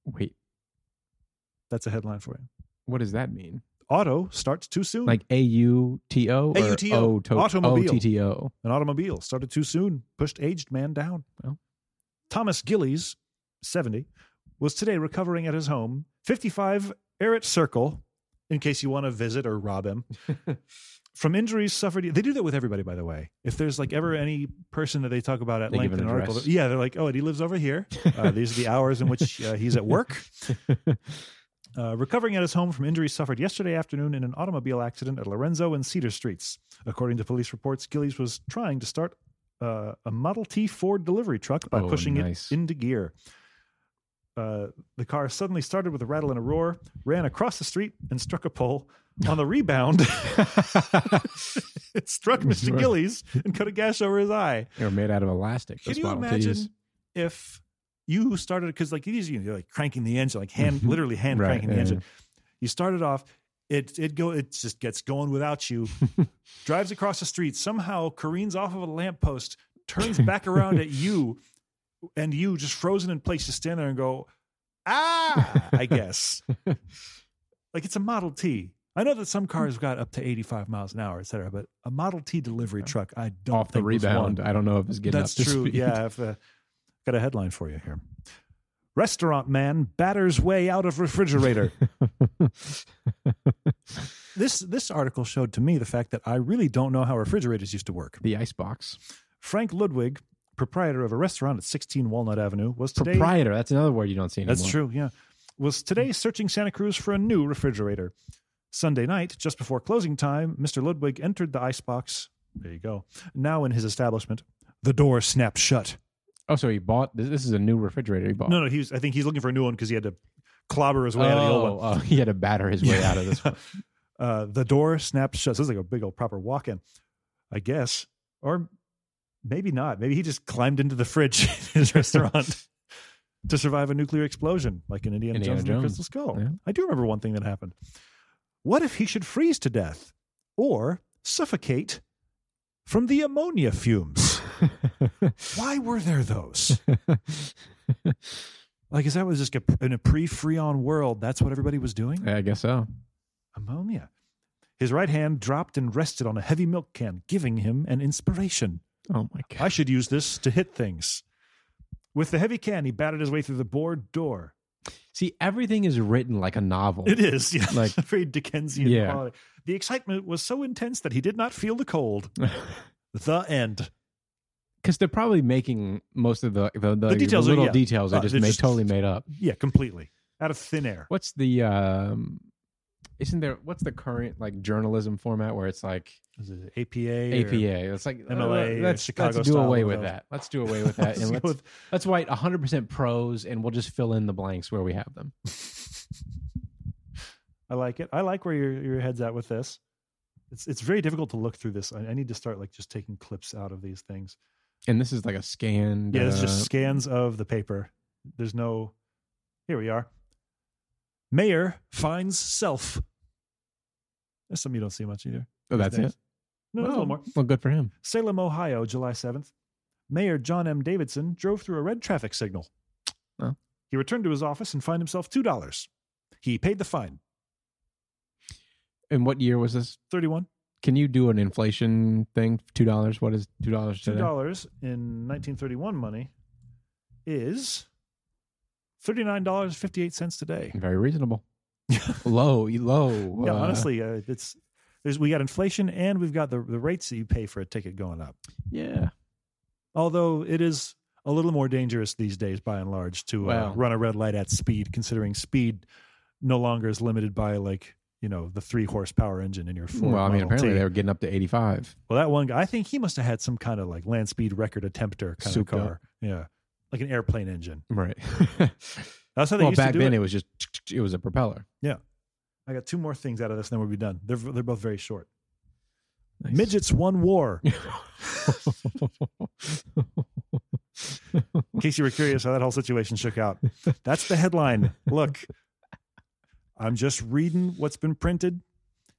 Speaker 1: Wait,
Speaker 2: That's a headline for you.
Speaker 1: what does that mean?
Speaker 2: Otto starts too soon.
Speaker 1: Like A U T O? or
Speaker 2: AUTO,
Speaker 1: O to-
Speaker 2: automobile.
Speaker 1: OTTO?
Speaker 2: an automobile started too soon, pushed aged man down.
Speaker 1: Well.
Speaker 2: Thomas Gillies, 70, was today recovering at his home, 55 Errett Circle, in case you want to visit or rob him. From injuries suffered, they do that with everybody, by the way. If there's like ever any person that they talk about at
Speaker 1: They give
Speaker 2: length in
Speaker 1: an
Speaker 2: an article,
Speaker 1: address.
Speaker 2: yeah, they're like, oh, and he lives over here. Uh, these are the hours in which uh, he's at work. Uh, recovering at his home from injuries suffered yesterday afternoon in an automobile accident at Lorenzo and Cedar Streets. According to police reports, Gillies was trying to start uh, a Model T Ford delivery truck by
Speaker 1: Oh,
Speaker 2: pushing
Speaker 1: nice.
Speaker 2: it into gear. Uh, the car suddenly started with a rattle and a roar, ran across the street, and struck a pole. On the rebound, it struck Mr.
Speaker 1: Right.
Speaker 2: Gillies and cut a gash over his eye.
Speaker 1: they were made out of elastic.
Speaker 2: Can
Speaker 1: those
Speaker 2: you
Speaker 1: bottle
Speaker 2: imagine
Speaker 1: teas.
Speaker 2: if you started because like these you know, you're like cranking the engine, like hand
Speaker 1: Mhm.
Speaker 2: literally hand
Speaker 1: Right,
Speaker 2: cranking the
Speaker 1: yeah,
Speaker 2: engine. You started off, it it go it just gets going without you, drives across the street, somehow careens off of a lamppost, turns back around at you, and you just frozen in place, just stand there and go, ah, I guess. like it's a Model T. I know that some cars got up to 85 miles an hour, et cetera, but a Model T delivery truck, I don't
Speaker 1: Off the
Speaker 2: think was one.
Speaker 1: rebound. I don't know if it's getting
Speaker 2: That's
Speaker 1: up to
Speaker 2: true.
Speaker 1: speed.
Speaker 2: Yeah, I've uh, got a headline for you here. Restaurant man batters way out of refrigerator. this this article showed to me the fact that I really don't know how refrigerators used to work.
Speaker 1: The icebox.
Speaker 2: Frank Ludwig, proprietor of a restaurant at 16 Walnut Avenue, was today
Speaker 1: Proprietor. That's another word you don't see anymore.
Speaker 2: that's true, yeah. Was today searching Santa Cruz for a new refrigerator. Sunday night, just before closing time, Mr. Ludwig entered the icebox. There you go. Now in his establishment, the door snapped shut.
Speaker 1: Oh, so he bought this. This is a new refrigerator he bought.
Speaker 2: No, no, he was. I think he's looking for a new one because he had to clobber his way out of the old one.
Speaker 1: oh, he had to batter his way out of this one.
Speaker 2: Uh, the door snaps shut. So this is like a big old proper walk in, I guess. Or maybe not. Maybe he just climbed into the fridge in his restaurant to survive a nuclear explosion, like in Indiana,
Speaker 1: Indiana
Speaker 2: Jones, and the
Speaker 1: Jones.
Speaker 2: Crystal Skull.
Speaker 1: Yeah.
Speaker 2: I do remember one thing that happened. What if he should freeze to death or suffocate from the ammonia fumes? Why were there those? Like, is that was just a, in a pre Freon world? That's what everybody was doing?
Speaker 1: I guess so.
Speaker 2: ammonia. His right hand dropped and rested on a heavy milk can, giving him an inspiration.
Speaker 1: Oh my
Speaker 2: I
Speaker 1: gosh.
Speaker 2: should use this to hit things. With the heavy can, he batted his way through the board door.
Speaker 1: See, everything is written like a novel.
Speaker 2: It is, yeah,
Speaker 1: Like-
Speaker 2: very Dickensian
Speaker 1: Yeah.
Speaker 2: quality. The excitement was so intense that he did not feel the cold. The end.
Speaker 1: Because they're probably making most of the the, the,
Speaker 2: details are-
Speaker 1: little
Speaker 2: yeah.
Speaker 1: details
Speaker 2: Uh,
Speaker 1: are just
Speaker 2: they're
Speaker 1: made
Speaker 2: just-
Speaker 1: totally made up.
Speaker 2: Yeah, completely out of thin air.
Speaker 1: What's the um isn't there what's the current like journalism format where it's like
Speaker 2: Is it APA. or-
Speaker 1: APA? It's like uh,
Speaker 2: MLA or
Speaker 1: let's,
Speaker 2: Chicago
Speaker 1: let's do
Speaker 2: style,
Speaker 1: away
Speaker 2: who
Speaker 1: with
Speaker 2: knows?
Speaker 1: that. Let's do away with that.
Speaker 2: Let's
Speaker 1: and let's
Speaker 2: go with-
Speaker 1: let's write 100% pros and we'll just fill in the blanks where we have them.
Speaker 2: I like it. I like where your your head's at with this. It's it's very difficult to look through this. I, I need to start like just taking clips out of these things.
Speaker 1: And this is like a scanned
Speaker 2: Yeah, it's
Speaker 1: uh,
Speaker 2: just scans of the paper. There's no. Here we are. Mayor finds self. That's something you don't see much either.
Speaker 1: oh, that's
Speaker 2: these days.
Speaker 1: it.
Speaker 2: No, there's a
Speaker 1: well,
Speaker 2: little more.
Speaker 1: well, good for him.
Speaker 2: Salem, Ohio, July 7th. Mayor John M. Davidson drove through a red traffic signal.
Speaker 1: Oh.
Speaker 2: He returned to his office and fined himself $2. He paid the fine.
Speaker 1: And what year was this?
Speaker 2: 31
Speaker 1: Can you do an inflation thing? $2. What is $2
Speaker 2: Two
Speaker 1: today?
Speaker 2: dollars in 1931 money is thirty-nine dollars fifty-eight cents today.
Speaker 1: Very reasonable. low, low.
Speaker 2: yeah,
Speaker 1: uh,
Speaker 2: honestly, uh, it's there's we got inflation and we've got the the rates that you pay for a ticket going up.
Speaker 1: Yeah.
Speaker 2: Although it is a little more dangerous these days, by and large, to uh,
Speaker 1: Well.
Speaker 2: run a red light at speed, considering speed no longer is limited by like you know the three horsepower engine in your Ford.
Speaker 1: well, I mean,
Speaker 2: Model
Speaker 1: apparently
Speaker 2: T.
Speaker 1: they were getting up to 85.
Speaker 2: Well, that one guy, I think he must have had some kind of like land speed record attempter kind
Speaker 1: Souped
Speaker 2: of
Speaker 1: up.
Speaker 2: car. Yeah, like an airplane engine.
Speaker 1: Right.
Speaker 2: That's how they
Speaker 1: well,
Speaker 2: used to
Speaker 1: back
Speaker 2: do
Speaker 1: then
Speaker 2: it.
Speaker 1: it. was just it was a propeller.
Speaker 2: I got two more things out of this, and then we'll be done. They're they're both very short.
Speaker 1: Nice.
Speaker 2: Midgets won war. In case you were curious how that whole situation shook out, that's the headline. Look, I'm just reading what's been printed.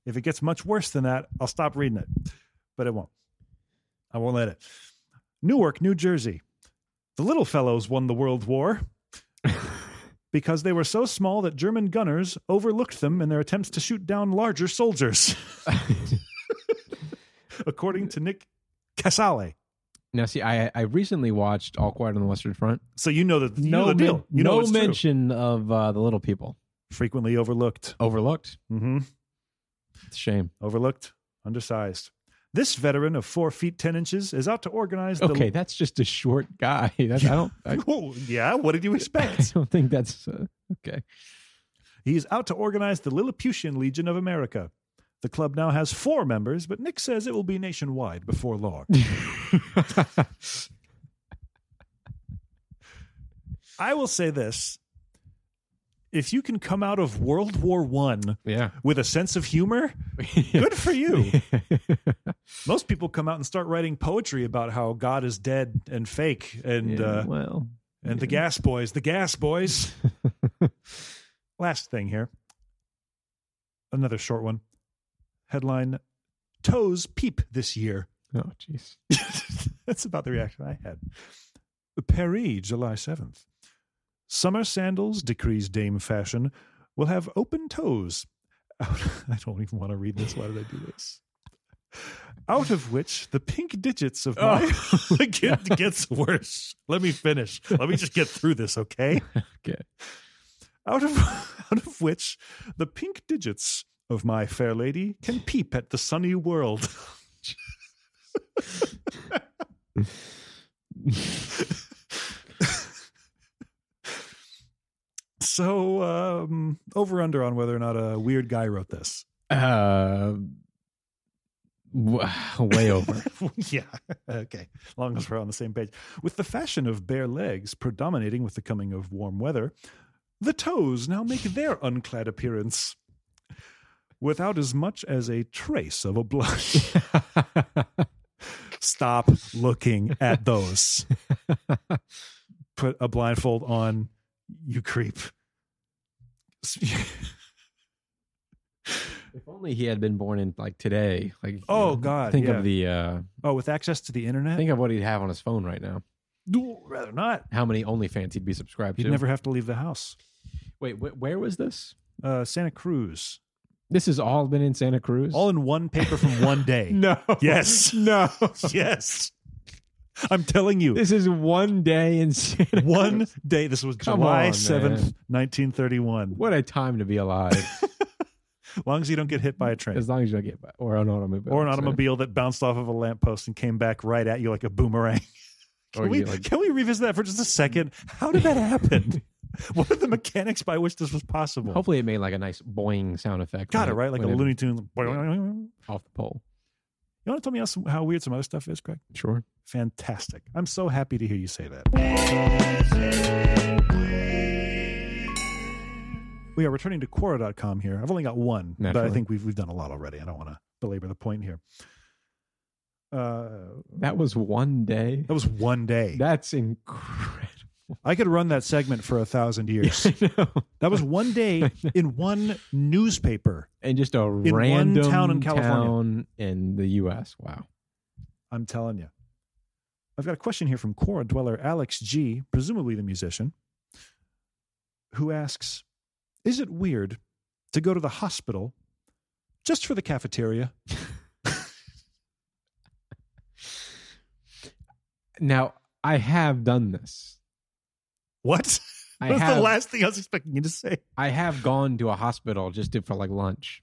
Speaker 2: If it gets much worse than that, I'll stop reading it, but it won't. I won't let it. Newark, New Jersey. The little fellows won the World War because they were so small that German gunners overlooked them in their attempts to shoot down larger soldiers, according to Nick Casale.
Speaker 1: now, see, I I recently watched All Quiet on the Western Front.
Speaker 2: So you know that you know
Speaker 1: no
Speaker 2: the
Speaker 1: men-
Speaker 2: deal. You know
Speaker 1: no
Speaker 2: it's true.
Speaker 1: mention of uh, the little people.
Speaker 2: Frequently overlooked.
Speaker 1: Overlooked.
Speaker 2: Mm-hmm.
Speaker 1: It's a shame.
Speaker 2: Overlooked, undersized. This veteran of four feet ten inches is out to organize the.
Speaker 1: Okay, that's just a short guy. That's, I don't. I,
Speaker 2: Oh, yeah. What did you
Speaker 1: I
Speaker 2: expect?
Speaker 1: don't think that's uh, okay.
Speaker 2: He's out to organize the Lilliputian Legion of America. The club now has four members, but Nick says it will be nationwide before long.
Speaker 1: uh,
Speaker 2: I will say this: if you can come out of World War One
Speaker 1: yeah.
Speaker 2: with a sense of humor, good for you. Most people come out and start writing poetry about how God is dead and fake and
Speaker 1: Yeah,
Speaker 2: uh,
Speaker 1: well,
Speaker 2: and the gas boys, the gas boys. Last thing here. Another short one. Headline Toes peep this year.
Speaker 1: oh jeez.
Speaker 2: That's about the reaction I had. Paris, July 7th. Summer sandals, decrees dame fashion, will have open toes. I don't even want to read this. Why did I do this? Out of which the pink digits of my. it gets worse. Let me finish. Let me just get through this, okay?
Speaker 1: Okay.
Speaker 2: Out of, out of which the pink digits of my fair lady can peep at the sunny world. So, um, over under on whether or not a weird guy wrote this.
Speaker 1: Uh, w- way over.
Speaker 2: yeah. Okay. As long as we're on the same page. With the fashion of bare legs predominating with the coming of warm weather, The toes now make their unclad appearance without as much as a trace of a blush. Stop looking at those. Put a blindfold on, you creep.
Speaker 1: If only he had been born in like today. Like you
Speaker 2: Oh,
Speaker 1: know,
Speaker 2: God,
Speaker 1: Think
Speaker 2: yeah.
Speaker 1: of the uh
Speaker 2: Oh, with access to the internet?
Speaker 1: think of what he'd have on his phone right now.
Speaker 2: No, rather not.
Speaker 1: How many OnlyFans he'd be subscribed
Speaker 2: You'd
Speaker 1: to?
Speaker 2: never have to leave the house.
Speaker 1: Wait, wh- where was this?
Speaker 2: Uh, Santa Cruz.
Speaker 1: This has all been in Santa Cruz.
Speaker 2: All in one paper from one day.
Speaker 1: no.
Speaker 2: Yes.
Speaker 1: No.
Speaker 2: Yes. I'm telling you.
Speaker 1: This is one day in Santa.
Speaker 2: One day. This was
Speaker 1: Come
Speaker 2: July
Speaker 1: on,
Speaker 2: 7th, 1931.
Speaker 1: What a time to be alive!
Speaker 2: As long as you don't get hit by a train
Speaker 1: as long as you don't get by, or an automobile,
Speaker 2: or an
Speaker 1: So-
Speaker 2: automobile that bounced off of a lamppost and came back right at you like a boomerang.
Speaker 1: or
Speaker 2: Can, we,
Speaker 1: you, like,
Speaker 2: can we revisit that for just a second? How did that happen? what are the mechanics by which this was possible?
Speaker 1: hopefully, it made like a nice boing sound effect.
Speaker 2: Got it,
Speaker 1: when
Speaker 2: right? Like a
Speaker 1: when it-
Speaker 2: Looney Tunes.
Speaker 1: off the pole.
Speaker 2: You want to tell me how, some, how weird some other stuff is, Greg?
Speaker 1: Sure.
Speaker 2: Fantastic. I'm so happy to hear you say that. We are returning to Quora.com here. I've only got one, but I
Speaker 1: Naturally.
Speaker 2: think we've, we've done a lot already. I don't want to belabor the point here. Uh,
Speaker 1: That was one day.
Speaker 2: that was one day.
Speaker 1: That's incredible.
Speaker 2: I could run that segment for a thousand years.
Speaker 1: I know.
Speaker 2: That was one day in one newspaper.
Speaker 1: and just a
Speaker 2: one
Speaker 1: random
Speaker 2: town in California.
Speaker 1: town in the U.S. Wow.
Speaker 2: I'm telling you. I've got a question here from Quora dweller Alex G, presumably the musician, who asks Is it weird to go to the hospital just for the cafeteria?
Speaker 1: Now I have done this.
Speaker 2: What?
Speaker 1: I
Speaker 2: That's the
Speaker 1: have.
Speaker 2: last thing I was expecting you to say.
Speaker 1: I have gone to a hospital just to, for like lunch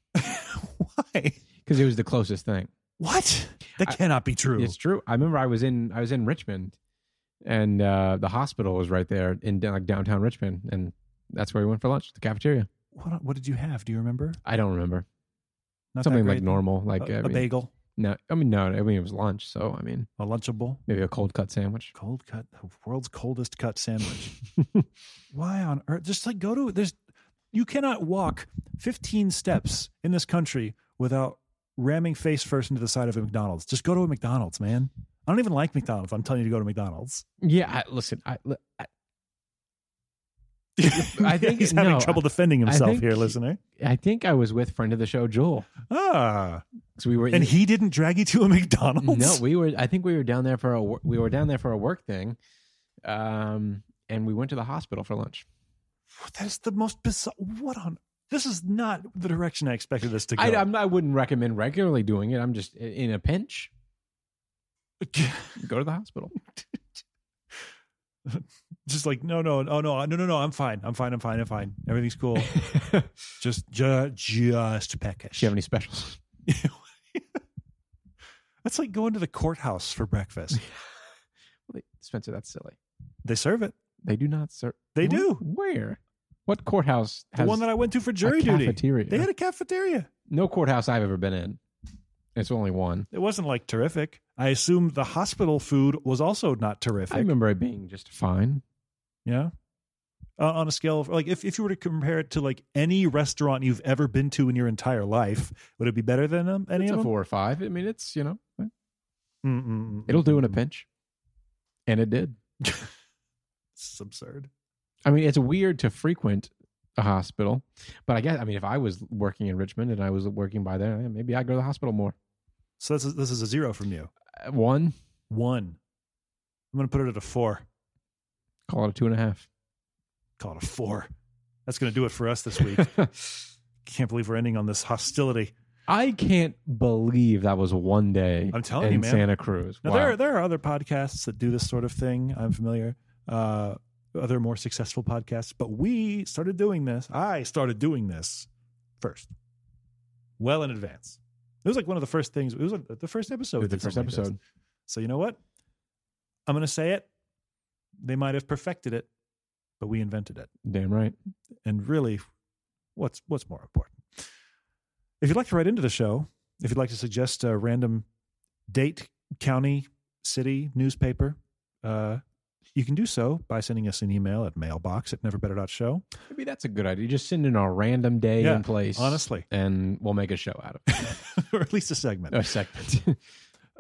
Speaker 2: Why?
Speaker 1: because it was the closest thing.
Speaker 2: What? That
Speaker 1: I-
Speaker 2: cannot be true.
Speaker 1: It's true. I remember I was in I was in Richmond, and uh, the hospital was right there in down- like downtown Richmond, and that's where we went for lunch, the cafeteria.
Speaker 2: What, what did you have? Do you remember?
Speaker 1: I don't remember
Speaker 2: Not that
Speaker 1: something like
Speaker 2: great.
Speaker 1: normal,
Speaker 2: A,
Speaker 1: like I
Speaker 2: a
Speaker 1: mean,
Speaker 2: bagel,
Speaker 1: no, I mean no, I mean it was lunch, so I mean
Speaker 2: a Lunchable,
Speaker 1: maybe a cold cut sandwich.
Speaker 2: cold cut, the world's coldest cut sandwich. why on earth just like go to there's you cannot walk 15 steps in this country without ramming face first into the side of a mcdonald's just go to a mcdonald's man i don't even like mcdonald's i'm telling you to go to mcdonald's
Speaker 1: yeah, I, listen, I, li- I I think-
Speaker 2: he's having
Speaker 1: no,
Speaker 2: trouble defending
Speaker 1: I
Speaker 2: himself
Speaker 1: think-
Speaker 2: here listener
Speaker 1: I think I was with friend of the show Joel
Speaker 2: ah
Speaker 1: because we were
Speaker 2: and he didn't drag you to a mcdonald's
Speaker 1: No, we were. I think we were down there for a wor- we were down there for a work thing, um, and we went to the hospital for lunch.
Speaker 2: that's the most bizarre what on this is not the direction i expected this to go
Speaker 1: I, I'm, I wouldn't recommend regularly doing it. I'm just i- in a pinch. Go to the hospital.
Speaker 2: just like no no no no no no no i'm fine i'm fine i'm fine i'm fine everything's cool
Speaker 1: Do
Speaker 2: just ju- just peckish
Speaker 1: you have any specials?
Speaker 2: That's like going to the courthouse for breakfast.
Speaker 1: Wait, Spencer, that's silly.
Speaker 2: they serve it.
Speaker 1: They do not serve.
Speaker 2: They do.
Speaker 1: Where? What courthouse
Speaker 2: The
Speaker 1: has
Speaker 2: one that I went to for jury
Speaker 1: a
Speaker 2: duty.
Speaker 1: cafeteria?
Speaker 2: They had a cafeteria.
Speaker 1: no courthouse I've ever been in. It's only one.
Speaker 2: It wasn't like terrific. I assume the hospital food was also not terrific.
Speaker 1: I remember it being just fine.
Speaker 2: yeah. Uh, on a scale of like, if, if you were to compare it to like any restaurant you've ever been to in your entire life, would it be better than um, any
Speaker 1: It's a
Speaker 2: of them? Mm,
Speaker 1: four or five. I mean, it's you know,
Speaker 2: Mm-mm-mm.
Speaker 1: it'll do in a pinch, and it did.
Speaker 2: It's absurd.
Speaker 1: I mean, it's weird to frequent a hospital, but I guess I mean, if I was working in Richmond and I was working by there, eh, maybe I'd go to the hospital more.
Speaker 2: So this is, this is a zero from you.
Speaker 1: Uh, One,
Speaker 2: One. I'm going to put it at a four.
Speaker 1: call it a two and a half.
Speaker 2: Call it a four. That's going to do it for us this week. Can't believe we're ending on this hostility.
Speaker 1: I can't believe that was one day.
Speaker 2: I'm telling
Speaker 1: in
Speaker 2: you, man.
Speaker 1: Santa Cruz.
Speaker 2: Now
Speaker 1: wow.
Speaker 2: there are, there are other podcasts that do this sort of thing. I'm familiar. Uh, other more successful podcasts, but we started doing this. I started doing this first, well in advance. It was like one of the first things. It was like the first episode.
Speaker 1: It
Speaker 2: we
Speaker 1: was the
Speaker 2: did
Speaker 1: first
Speaker 2: something like this.
Speaker 1: episode.
Speaker 2: So you know what? I'm going to say it. They might have perfected it, but we invented it.
Speaker 1: Damn right.
Speaker 2: And really, what's what's more important? If you'd like to write into the show, if you'd like to suggest a random date, county, city, newspaper, uh, You can do so by sending us an email at mailbox at neverbetter.show.
Speaker 1: Maybe that's a good idea. Just send in a random day
Speaker 2: Yeah,
Speaker 1: and place,
Speaker 2: honestly.
Speaker 1: and we'll make a show out of it.
Speaker 2: or at least a segment.
Speaker 1: a segment.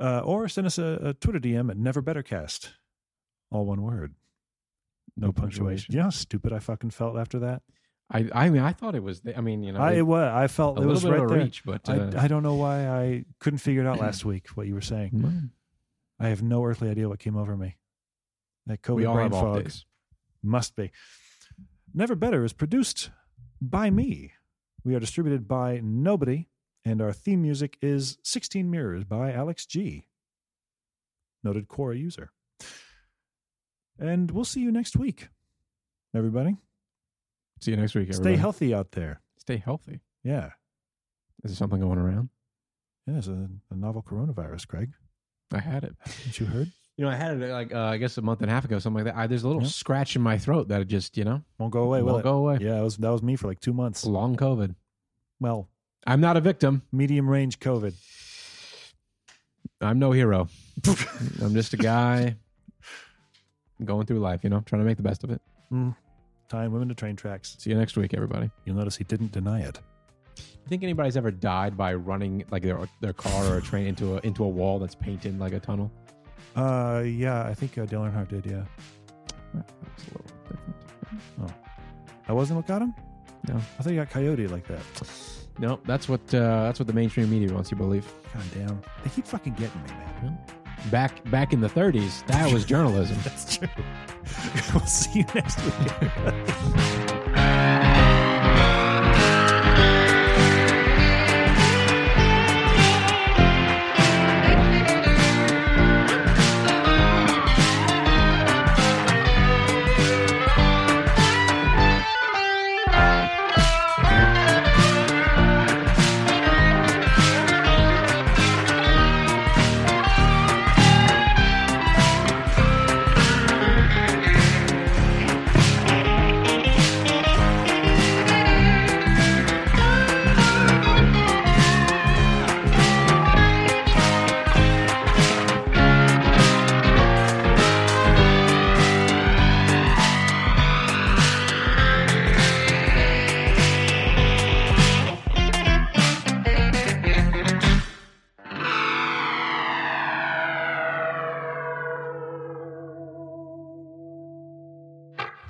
Speaker 2: Uh, or send us a, a Twitter DM at neverbettercast. All one word. No,
Speaker 1: No
Speaker 2: punctuation.
Speaker 1: punctuation.
Speaker 2: You know how stupid I fucking felt after that?
Speaker 1: I, I mean, I thought it was. The, I mean, you know,
Speaker 2: I,
Speaker 1: a
Speaker 2: it was, I felt it
Speaker 1: little
Speaker 2: was
Speaker 1: bit
Speaker 2: right
Speaker 1: of a
Speaker 2: there.
Speaker 1: reach, but uh,
Speaker 2: I, I don't know why I couldn't figure it out last week what you were saying. I have no earthly idea what came over me. That COVID
Speaker 1: we all
Speaker 2: brain
Speaker 1: have off
Speaker 2: fog
Speaker 1: days.
Speaker 2: must be. Never Better is produced by me. We are distributed by Nobody, and our theme music is 16 Mirrors by Alex G, noted Quora user. And we'll see you next week, everybody.
Speaker 1: See you next week.
Speaker 2: Stay
Speaker 1: everybody.
Speaker 2: healthy out there.
Speaker 1: Stay healthy.
Speaker 2: Yeah.
Speaker 1: Is there something going around?
Speaker 2: Yeah, there's a, a novel coronavirus, Greg.
Speaker 1: I had it.
Speaker 2: Haven't you heard?
Speaker 1: You know, I had it like uh, I guess a month and a half ago, something like that. I, there's a little
Speaker 2: Yeah.
Speaker 1: scratch in my throat that it just you know
Speaker 2: Won't go away, will
Speaker 1: won't
Speaker 2: it?
Speaker 1: go away.
Speaker 2: Yeah, that was that was me for like two
Speaker 1: It's
Speaker 2: months.
Speaker 1: long COVID.
Speaker 2: Well,
Speaker 1: I'm not a victim.
Speaker 2: medium range COVID.
Speaker 1: I'm no hero. I'm just a guy going through life. You know, trying to make the best of it.
Speaker 2: Tying women to train tracks.
Speaker 1: See you next week, everybody.
Speaker 2: You'll notice he didn't deny it.
Speaker 1: You think anybody's ever died by running like their their car or a train into a into a wall that's painted like a tunnel?
Speaker 2: Uh, yeah, I think uh, Dale Earnhardt did. Yeah,
Speaker 1: That's a little different.
Speaker 2: that wasn't what got him.
Speaker 1: No.
Speaker 2: I thought he got coyote like that.
Speaker 1: No, that's what uh, that's what the mainstream media wants you to believe.
Speaker 2: God damn, they keep fucking getting me, man.
Speaker 1: Back back in the 30s, that was journalism.
Speaker 2: That's true. we'll see you next week.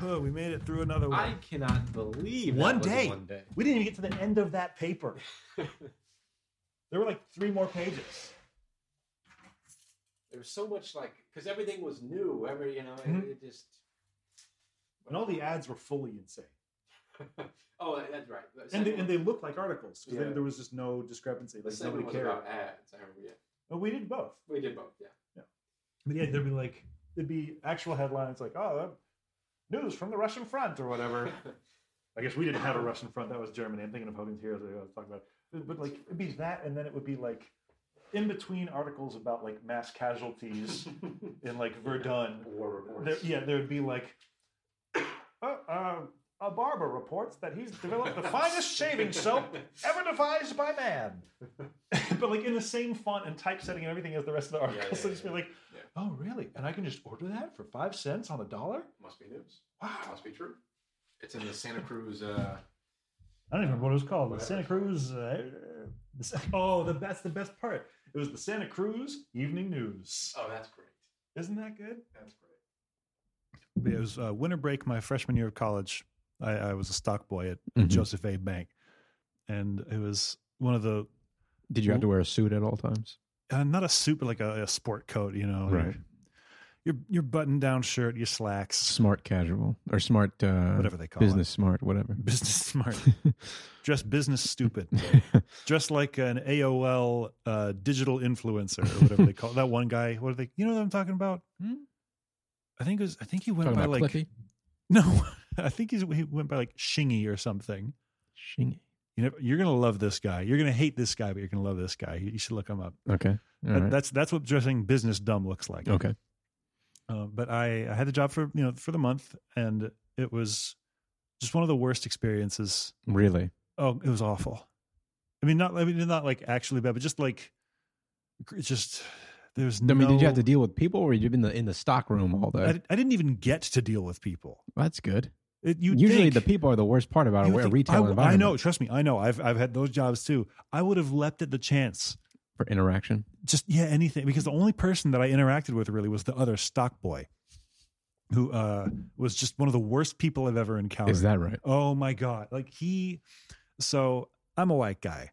Speaker 2: Oh, we made it through another one.
Speaker 1: cannot believe
Speaker 2: One day. We didn't even get to the end of that paper. there were like three more pages.
Speaker 1: There was so much like because everything was new. Every you know,
Speaker 2: Mhm.
Speaker 1: it just.
Speaker 2: And all the ads were fully insane.
Speaker 1: oh, that's right.
Speaker 2: And they, and they looked like articles. 'cause there-
Speaker 1: Yeah.
Speaker 2: there was just no discrepancy. Like, nobody cared.
Speaker 1: ads. I remember. Yeah,
Speaker 2: But we did both.
Speaker 1: we did both. Yeah.
Speaker 2: But yeah, there'd be like, there'd be actual headlines like, oh, that news from the Russian front or whatever. I guess we didn't have a Russian front. That was Germany. I'm thinking of Hogan's Heroes. that I was talking about. But, but, like, it'd be that, and then it would be like in between articles about like mass casualties in like Verdun.
Speaker 1: War
Speaker 2: There, yeah, there'd be like, uh, uh, a barber reports that he's developed the finest shaving soap ever devised by man. but like in the same font and typesetting and everything as the rest of the
Speaker 1: yeah,
Speaker 2: article. so
Speaker 1: yeah,
Speaker 2: just be like,
Speaker 1: yeah.
Speaker 2: oh, really? And I can just order that for five cents on a dollar?
Speaker 1: Must be news.
Speaker 2: Wow.
Speaker 1: be true. It's in the Santa Cruz. Uh,
Speaker 2: I don't even remember what it was called. The
Speaker 1: Whatever.
Speaker 2: Santa Cruz. Uh, the Sa- oh, the, that's the best part. It was the Santa Cruz Evening News.
Speaker 1: oh, that's great.
Speaker 2: Isn't that good?
Speaker 1: That's great.
Speaker 2: It was uh, winter break my freshman year of college. I, I was a stock boy at
Speaker 1: Mm-hmm.
Speaker 2: Joseph A. Bank. And it was one of the,
Speaker 1: Did you have to wear a suit at all times?
Speaker 2: uh, not a suit, but like a, a sport coat, you know. your-
Speaker 1: Right.
Speaker 2: Your, your button down shirt, your slacks,
Speaker 1: Smart casual or smart uh,
Speaker 2: whatever they call
Speaker 1: business
Speaker 2: it.
Speaker 1: smart whatever.
Speaker 2: Business smart. Dress business stupid. Dress like an AOL uh, digital influencer or whatever they call that one guy. What are they? You know what I'm talking about?
Speaker 1: Hmm?
Speaker 2: I think it was. I think he went
Speaker 1: Talking
Speaker 2: by
Speaker 1: about
Speaker 2: like
Speaker 1: Cliffy?
Speaker 2: no. I think he's, he went by like Shingy or something.
Speaker 1: Shingy.
Speaker 2: You know, you're gonna love this guy. You're gonna hate this guy, but you're gonna love this guy. You, you should look him up.
Speaker 1: Okay. All
Speaker 2: That-
Speaker 1: right.
Speaker 2: That's that's what dressing business dumb looks like.
Speaker 1: okay.
Speaker 2: Um, but I, I had the job for you know for the month, and it was just one of the worst experiences.
Speaker 1: Really?
Speaker 2: Oh, it was awful. I mean, not I mean not like actually bad, but just like it's just There's
Speaker 1: I
Speaker 2: no.
Speaker 1: mean, did you have to deal with people, or were you in the in the stock room all day?
Speaker 2: I, I didn't even get to deal with people.
Speaker 1: That's good.
Speaker 2: It, you'd
Speaker 1: Usually,
Speaker 2: think-
Speaker 1: the people are the worst part about
Speaker 2: you'd
Speaker 1: a
Speaker 2: think-
Speaker 1: retail
Speaker 2: I, w-
Speaker 1: environment.
Speaker 2: I know. Trust me. I know. I've I've had those jobs too. I would have leapt at the chance.
Speaker 1: for interaction.
Speaker 2: Just yeah, anything. Because the only person that I interacted with really was the other stock boy, who uh, was just one of the worst people I've ever encountered.
Speaker 1: Is that right?
Speaker 2: Oh my god! Like he, so I'm a white guy.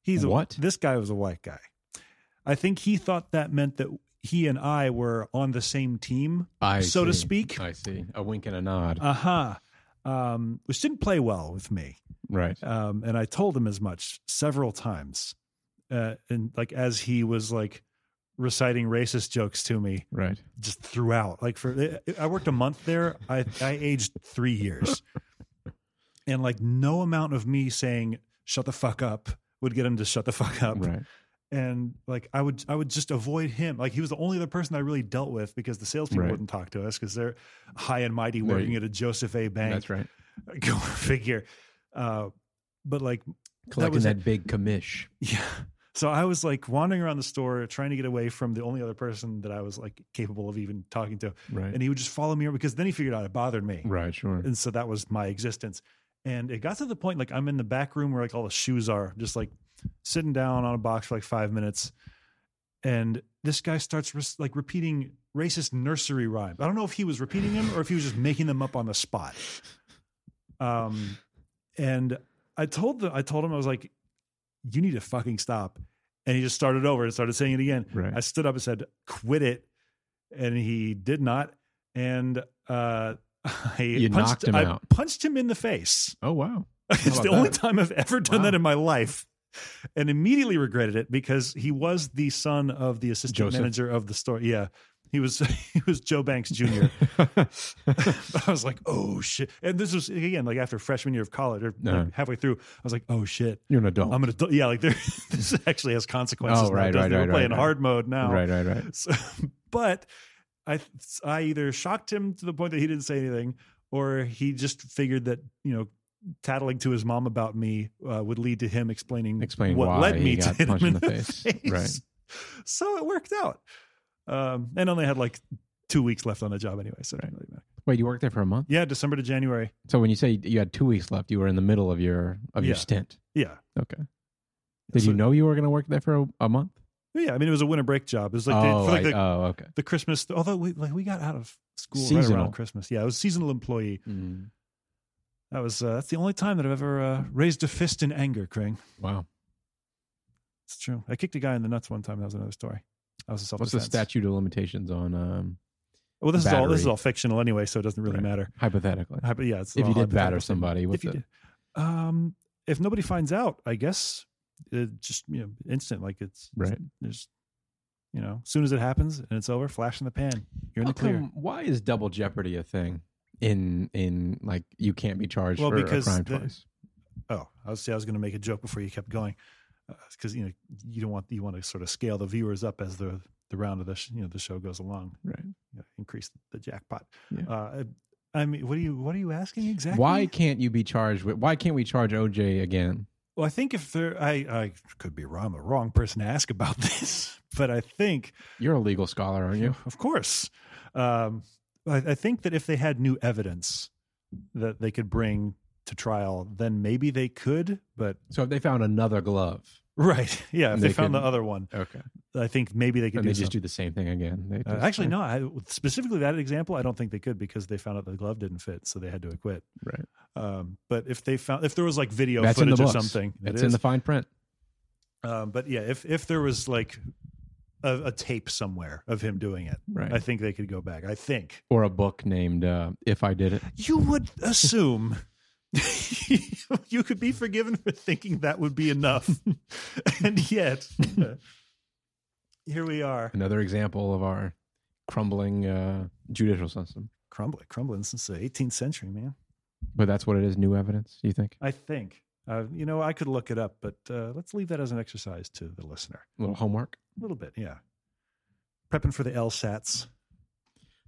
Speaker 2: He's a,
Speaker 1: What?
Speaker 2: This guy was a white guy. I think he thought that meant that he and I were on the same team,
Speaker 1: I
Speaker 2: so to
Speaker 1: see.
Speaker 2: speak.
Speaker 1: I see a wink and a nod.
Speaker 2: Uh huh. Um, which didn't play well with me,
Speaker 1: right.
Speaker 2: um, and I told him as much several times, uh, and like as he was like reciting racist jokes to me
Speaker 1: Right.
Speaker 2: just throughout. Like for eh, I worked a month there. I I aged three years, and like no amount of me saying "shut the fuck up" would get him to shut the fuck up.
Speaker 1: Right.
Speaker 2: And like I would I would just avoid him. Like he was the only other person I really dealt with because the salespeople
Speaker 1: Right.
Speaker 2: wouldn't talk to us because they're high and mighty
Speaker 1: There you-
Speaker 2: working at a Joseph A. Bank.
Speaker 1: That's right.
Speaker 2: Go figure. Uh, but like
Speaker 1: Collecting
Speaker 2: was
Speaker 1: that,
Speaker 2: it.
Speaker 1: big commish.
Speaker 2: yeah. So I was like wandering around the store trying to get away from the only other person that I was like capable of even talking to
Speaker 1: Right.
Speaker 2: and he would just follow me around because then he figured out it bothered me
Speaker 1: right. Sure.
Speaker 2: and so that was my existence and it got to the point like i'm in the back room where like all the shoes are just like sitting down on a box for like five minutes and this guy starts res- like repeating racist nursery rhymes i don't know if he was repeating them or if he was just making them up on the spot um and i told the i told him i was like you need to fucking stop and he just started over and started saying it again
Speaker 1: right.
Speaker 2: I stood up and said, "Quit it," and he did not. And uh, I
Speaker 1: You
Speaker 2: punched
Speaker 1: knocked him
Speaker 2: I
Speaker 1: out.
Speaker 2: Punched him in the face.
Speaker 1: oh wow.
Speaker 2: it's
Speaker 1: about
Speaker 2: the only
Speaker 1: that?
Speaker 2: time I've ever done
Speaker 1: Wow.
Speaker 2: that in my life, and immediately regretted it because he was the son of the assistant
Speaker 1: Joseph.
Speaker 2: manager of the store. Yeah, he was he was Joe Banks Jr. I was like, oh shit! And this was again like after freshman year of college or like,
Speaker 1: Uh-huh.
Speaker 2: halfway through. I was like, oh shit!
Speaker 1: You're an adult.
Speaker 2: I'm gonna yeah like there, this actually has consequences.
Speaker 1: Oh, right,
Speaker 2: now, doesn't
Speaker 1: right,
Speaker 2: it? We're
Speaker 1: right, right,
Speaker 2: playing
Speaker 1: right.
Speaker 2: hard mode now.
Speaker 1: Right. Right. Right.
Speaker 2: So, but I I either shocked him to the point that he didn't say anything, or he just figured that you know tattling to his mom about me uh, would lead to him explaining
Speaker 1: Explain
Speaker 2: what
Speaker 1: why
Speaker 2: led me
Speaker 1: he
Speaker 2: to
Speaker 1: got
Speaker 2: hit him
Speaker 1: punched
Speaker 2: in
Speaker 1: in
Speaker 2: the,
Speaker 1: the
Speaker 2: face.
Speaker 1: face. Right.
Speaker 2: So it worked out, um, and only had like two weeks left on the job anyway, so it didn't really matter.
Speaker 1: Wait, you worked there for a month.
Speaker 2: Yeah, December to January.
Speaker 1: So when you say you had two weeks left, you were in the middle of your of your
Speaker 2: Yeah.
Speaker 1: stint.
Speaker 2: Yeah.
Speaker 1: Okay. Did
Speaker 2: So-
Speaker 1: you know you were going to work there for a, a month?
Speaker 2: Yeah, I mean it was a winter break job. It was like,
Speaker 1: oh,
Speaker 2: the, for like
Speaker 1: I-
Speaker 2: the,
Speaker 1: oh, okay.
Speaker 2: the Christmas. Although we like we got out of school right
Speaker 1: Seasonal.
Speaker 2: around Christmas. Yeah, it was a seasonal employee.
Speaker 1: Mm.
Speaker 2: That was uh, that's the only time that I've ever uh, raised a fist in anger, Kring.
Speaker 1: Wow.
Speaker 2: It's true. I kicked a guy in the nuts one time. That was another story. That was a self
Speaker 1: What's the
Speaker 2: defense.
Speaker 1: statute of limitations on um,
Speaker 2: Well, this is all this is
Speaker 1: battery?
Speaker 2: all fictional anyway, so it doesn't really
Speaker 1: Right.
Speaker 2: matter.
Speaker 1: hypothetically?
Speaker 2: I- But yeah, it's
Speaker 1: If
Speaker 2: all
Speaker 1: you did
Speaker 2: hypothetical
Speaker 1: batter
Speaker 2: thing.
Speaker 1: somebody,
Speaker 2: if
Speaker 1: what's
Speaker 2: you
Speaker 1: the,
Speaker 2: did, um, if nobody finds out, I guess it just you know instant. Like it's
Speaker 1: right?
Speaker 2: There's, you know, as soon as it happens and it's over, flash in the pan. You're in
Speaker 1: How
Speaker 2: the clear.
Speaker 1: come- why is double jeopardy a thing? In in like you can't be charged
Speaker 2: Well,
Speaker 1: for
Speaker 2: because
Speaker 1: a crime
Speaker 2: the-
Speaker 1: twice.
Speaker 2: Oh, I was, I was going to make a joke before you kept going, because you know you don't want you want to sort of scale the viewers up as the the round of the sh- you know the show goes along,
Speaker 1: Right.
Speaker 2: you know, increase the jackpot.
Speaker 1: Yeah.
Speaker 2: Uh, I mean, what are you what are you asking exactly?
Speaker 1: Why can't you be charged with? Why can't we charge OJ again?
Speaker 2: Well, I think if there, I I could be wrong, I'm the wrong person to ask about this, but I think,
Speaker 1: You're a legal scholar, aren't you?
Speaker 2: of course, um, I, I think that if they had new evidence that they could bring to trial, then maybe they could. But
Speaker 1: So if they found another glove,
Speaker 2: right, yeah, if
Speaker 1: And
Speaker 2: they,
Speaker 1: they
Speaker 2: found
Speaker 1: could-
Speaker 2: the other one,
Speaker 1: okay,
Speaker 2: I think maybe they could
Speaker 1: and
Speaker 2: do
Speaker 1: they just do
Speaker 2: something.
Speaker 1: the same thing again. They
Speaker 2: Uh,
Speaker 1: just-
Speaker 2: actually, no. I, specifically, that example, I don't think they could because they found out the glove didn't fit, so they had to acquit.
Speaker 1: Right.
Speaker 2: Um, but if they found, if there was like video
Speaker 1: That's in the
Speaker 2: footage or
Speaker 1: books.
Speaker 2: something,
Speaker 1: It's
Speaker 2: it
Speaker 1: in
Speaker 2: is.
Speaker 1: the fine print.
Speaker 2: um, but yeah, if if there was like a, a tape somewhere of him doing it,
Speaker 1: Right.
Speaker 2: I think they could go back. I think
Speaker 1: or a book named uh, "If I Did It."
Speaker 2: you would assume you could be forgiven for thinking that would be enough, and yet uh, here we are,
Speaker 1: Another example of our crumbling uh, judicial system.
Speaker 2: crumbling, crumbling since the 18th century, man.
Speaker 1: But that's what it is. New evidence. You think
Speaker 2: I think. Uh, you know, I could look it up, but uh, let's leave that as an exercise to the listener.
Speaker 1: a little homework?
Speaker 2: A little bit, yeah. Prepping for the LSATs.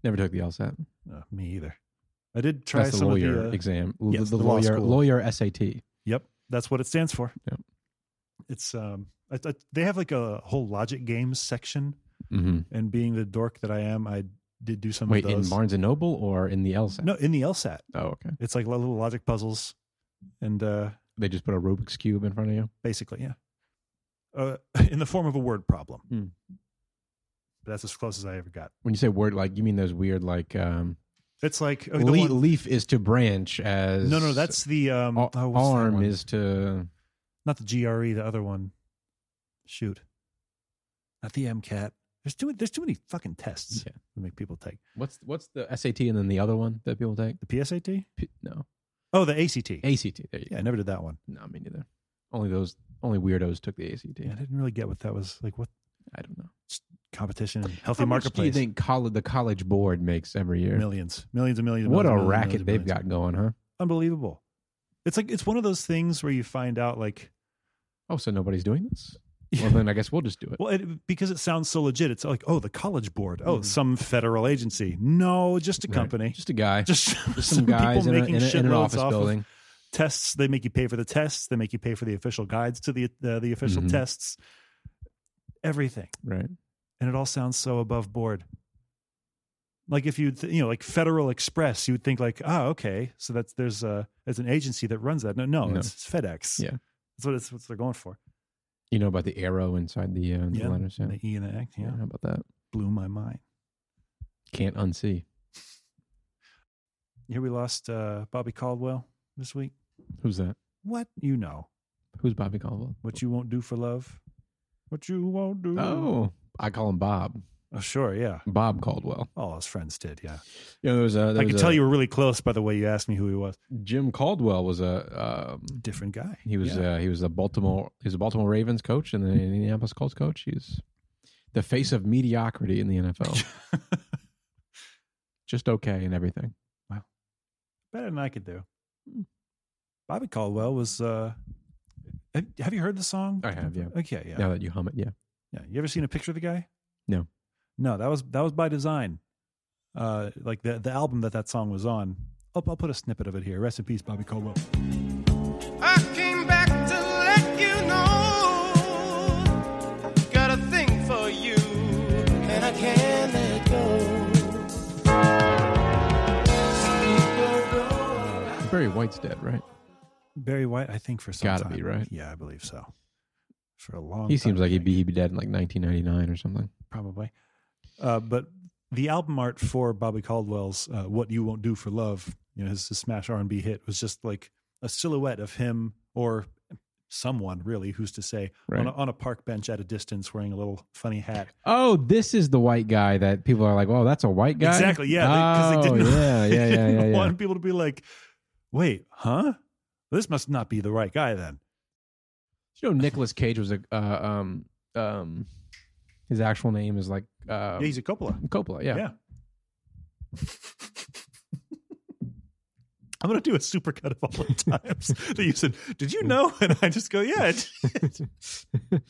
Speaker 1: Never took the LSAT.
Speaker 2: Uh, me either. I did try
Speaker 1: That's the
Speaker 2: some
Speaker 1: lawyer
Speaker 2: of the. Uh,
Speaker 1: exam. L-
Speaker 2: yes,
Speaker 1: the,
Speaker 2: the law
Speaker 1: lawyer
Speaker 2: school.
Speaker 1: lawyer SAT.
Speaker 2: yep, that's what it stands for.
Speaker 1: Yep.
Speaker 2: It's um, I, I, they have like a whole logic games section
Speaker 1: hmm
Speaker 2: And being the dork that I am, I did do some
Speaker 1: Wait,
Speaker 2: of
Speaker 1: in
Speaker 2: those.
Speaker 1: Barnes and Noble or in the LSAT?
Speaker 2: no, in the LSAT,
Speaker 1: Oh, okay.
Speaker 2: it's like little logic puzzles, and uh,
Speaker 1: They just put a Rubik's cube in front of you.
Speaker 2: basically, yeah, uh, in the form of a word problem.
Speaker 1: Hmm.
Speaker 2: But that's as close as I ever got.
Speaker 1: When you say word, like you mean those weird, like um,
Speaker 2: It's like okay, Oh, the
Speaker 1: le-
Speaker 2: one-
Speaker 1: leaf is to branch as
Speaker 2: no, no, that's the um,
Speaker 1: a-
Speaker 2: oh, what's that
Speaker 1: arm
Speaker 2: one?
Speaker 1: is to
Speaker 2: not the GRE, the other one. Shoot, not the MCAT. There's too there's too many fucking tests
Speaker 1: Yeah.
Speaker 2: to make people take
Speaker 1: what's what's the SAT and then the other one that people take?
Speaker 2: the PSAT.
Speaker 1: P- no,
Speaker 2: Oh, the ACT.
Speaker 1: ACT. There you go.
Speaker 2: yeah, I never did that one.
Speaker 1: No, me neither. Only those only weirdos took the ACT.
Speaker 2: Yeah, I didn't really get what that was like. What
Speaker 1: I don't know.
Speaker 2: competition? and Healthy
Speaker 1: How much
Speaker 2: marketplace.
Speaker 1: do you think college, the college board makes every year?
Speaker 2: Millions, millions and millions. and
Speaker 1: What a
Speaker 2: millions and millions and
Speaker 1: racket
Speaker 2: millions
Speaker 1: they've
Speaker 2: and
Speaker 1: got going,
Speaker 2: millions.
Speaker 1: huh?
Speaker 2: Unbelievable. It's like it's one of those things where you find out like,
Speaker 1: Oh, so nobody's doing this? Well, then I guess we'll just do it.
Speaker 2: well, it, because it sounds so legit. It's like, oh, the college board. Oh,
Speaker 1: Mhm.
Speaker 2: some federal agency. No, just a
Speaker 1: Right.
Speaker 2: company.
Speaker 1: Just a guy. Just,
Speaker 2: Just,
Speaker 1: some, guys
Speaker 2: people
Speaker 1: in, a,
Speaker 2: making
Speaker 1: in, a- in an
Speaker 2: shitloads
Speaker 1: office
Speaker 2: off of
Speaker 1: building.
Speaker 2: tests. They make you pay for the tests. They make you pay for the official guides to the uh, the official
Speaker 1: Mhm.
Speaker 2: tests. Everything,
Speaker 1: Right.
Speaker 2: and it all sounds so above board. Like if you th- you know like Federal Express, you would think like, oh, okay, so that's there's a there's an agency that runs that. No, no,
Speaker 1: No.
Speaker 2: It's, it's FedEx.
Speaker 1: Yeah.
Speaker 2: that's what it's what they're going for.
Speaker 1: You know about the arrow inside the, uh, the
Speaker 2: Yeah.
Speaker 1: letters? Yeah.
Speaker 2: The E and the act, yeah,
Speaker 1: How about that?
Speaker 2: blew my mind.
Speaker 1: Can't unsee.
Speaker 2: Here we lost uh, Bobby Caldwell this week.
Speaker 1: Who's that?
Speaker 2: What you know,
Speaker 1: Who's Bobby Caldwell?
Speaker 2: what you won't do for love, what you won't do.
Speaker 1: Oh, I call him Bob.
Speaker 2: oh sure, yeah.
Speaker 1: Bob Caldwell.
Speaker 2: All his friends did, yeah.
Speaker 1: You know, there was a, there
Speaker 2: I
Speaker 1: was
Speaker 2: could
Speaker 1: a-
Speaker 2: tell you were really close by the way you asked me who he was.
Speaker 1: Jim Caldwell was a um,
Speaker 2: Different guy.
Speaker 1: He was
Speaker 2: Yeah.
Speaker 1: uh, he was a Baltimore he was a Baltimore Ravens coach and an Indianapolis Colts coach. He's the face of mediocrity in the NFL. Just okay and everything.
Speaker 2: better than I could do. Hmm. Bobby Caldwell was. uh Have, have you heard the song?
Speaker 1: I have, yeah.
Speaker 2: Okay, yeah.
Speaker 1: Now that you hum it, yeah.
Speaker 2: Yeah. You ever seen a picture of the guy?
Speaker 1: No.
Speaker 2: No, that was that was by design. Uh Like the the album that that song was on. I'll, I'll put a snippet of it here. Rest in peace, Bobby Caldwell.
Speaker 4: I came back to let you know. Got a thing for you, and I can't let go.
Speaker 1: Barry White's dead, right?
Speaker 2: Barry White, I think for some
Speaker 1: Gotta
Speaker 2: time.
Speaker 1: be, right?
Speaker 2: Yeah, I believe so. For a long.
Speaker 1: He
Speaker 2: time,
Speaker 1: seems
Speaker 2: I
Speaker 1: like he'd
Speaker 2: think.
Speaker 1: be he'd be dead in like 1999 or something.
Speaker 2: probably. Uh, but the album art for Bobby Caldwell's uh, "What You Won't Do for Love," you know, his, his smash R and B hit, was just like a silhouette of him or someone really, who's to say, on,
Speaker 1: Right.
Speaker 2: a, on a park bench at a distance, wearing a little funny hat.
Speaker 1: Oh, this is the white guy that people are like, "Oh, that's a white guy."
Speaker 2: Exactly, yeah, because they,
Speaker 1: oh,
Speaker 2: didn't,
Speaker 1: yeah,
Speaker 2: they
Speaker 1: yeah, yeah, yeah,
Speaker 2: didn't
Speaker 1: yeah.
Speaker 2: want people to be like, "Wait, huh? This must not be the right guy then."
Speaker 1: You know, Nicolas Cage was a uh, um um his actual name is like uh,
Speaker 2: yeah, he's a Coppola.
Speaker 1: Coppola.
Speaker 2: Yeah.
Speaker 1: Yeah.
Speaker 2: I'm gonna do a supercut of all the times that you said. Did you know? And I just go, yeah. it did."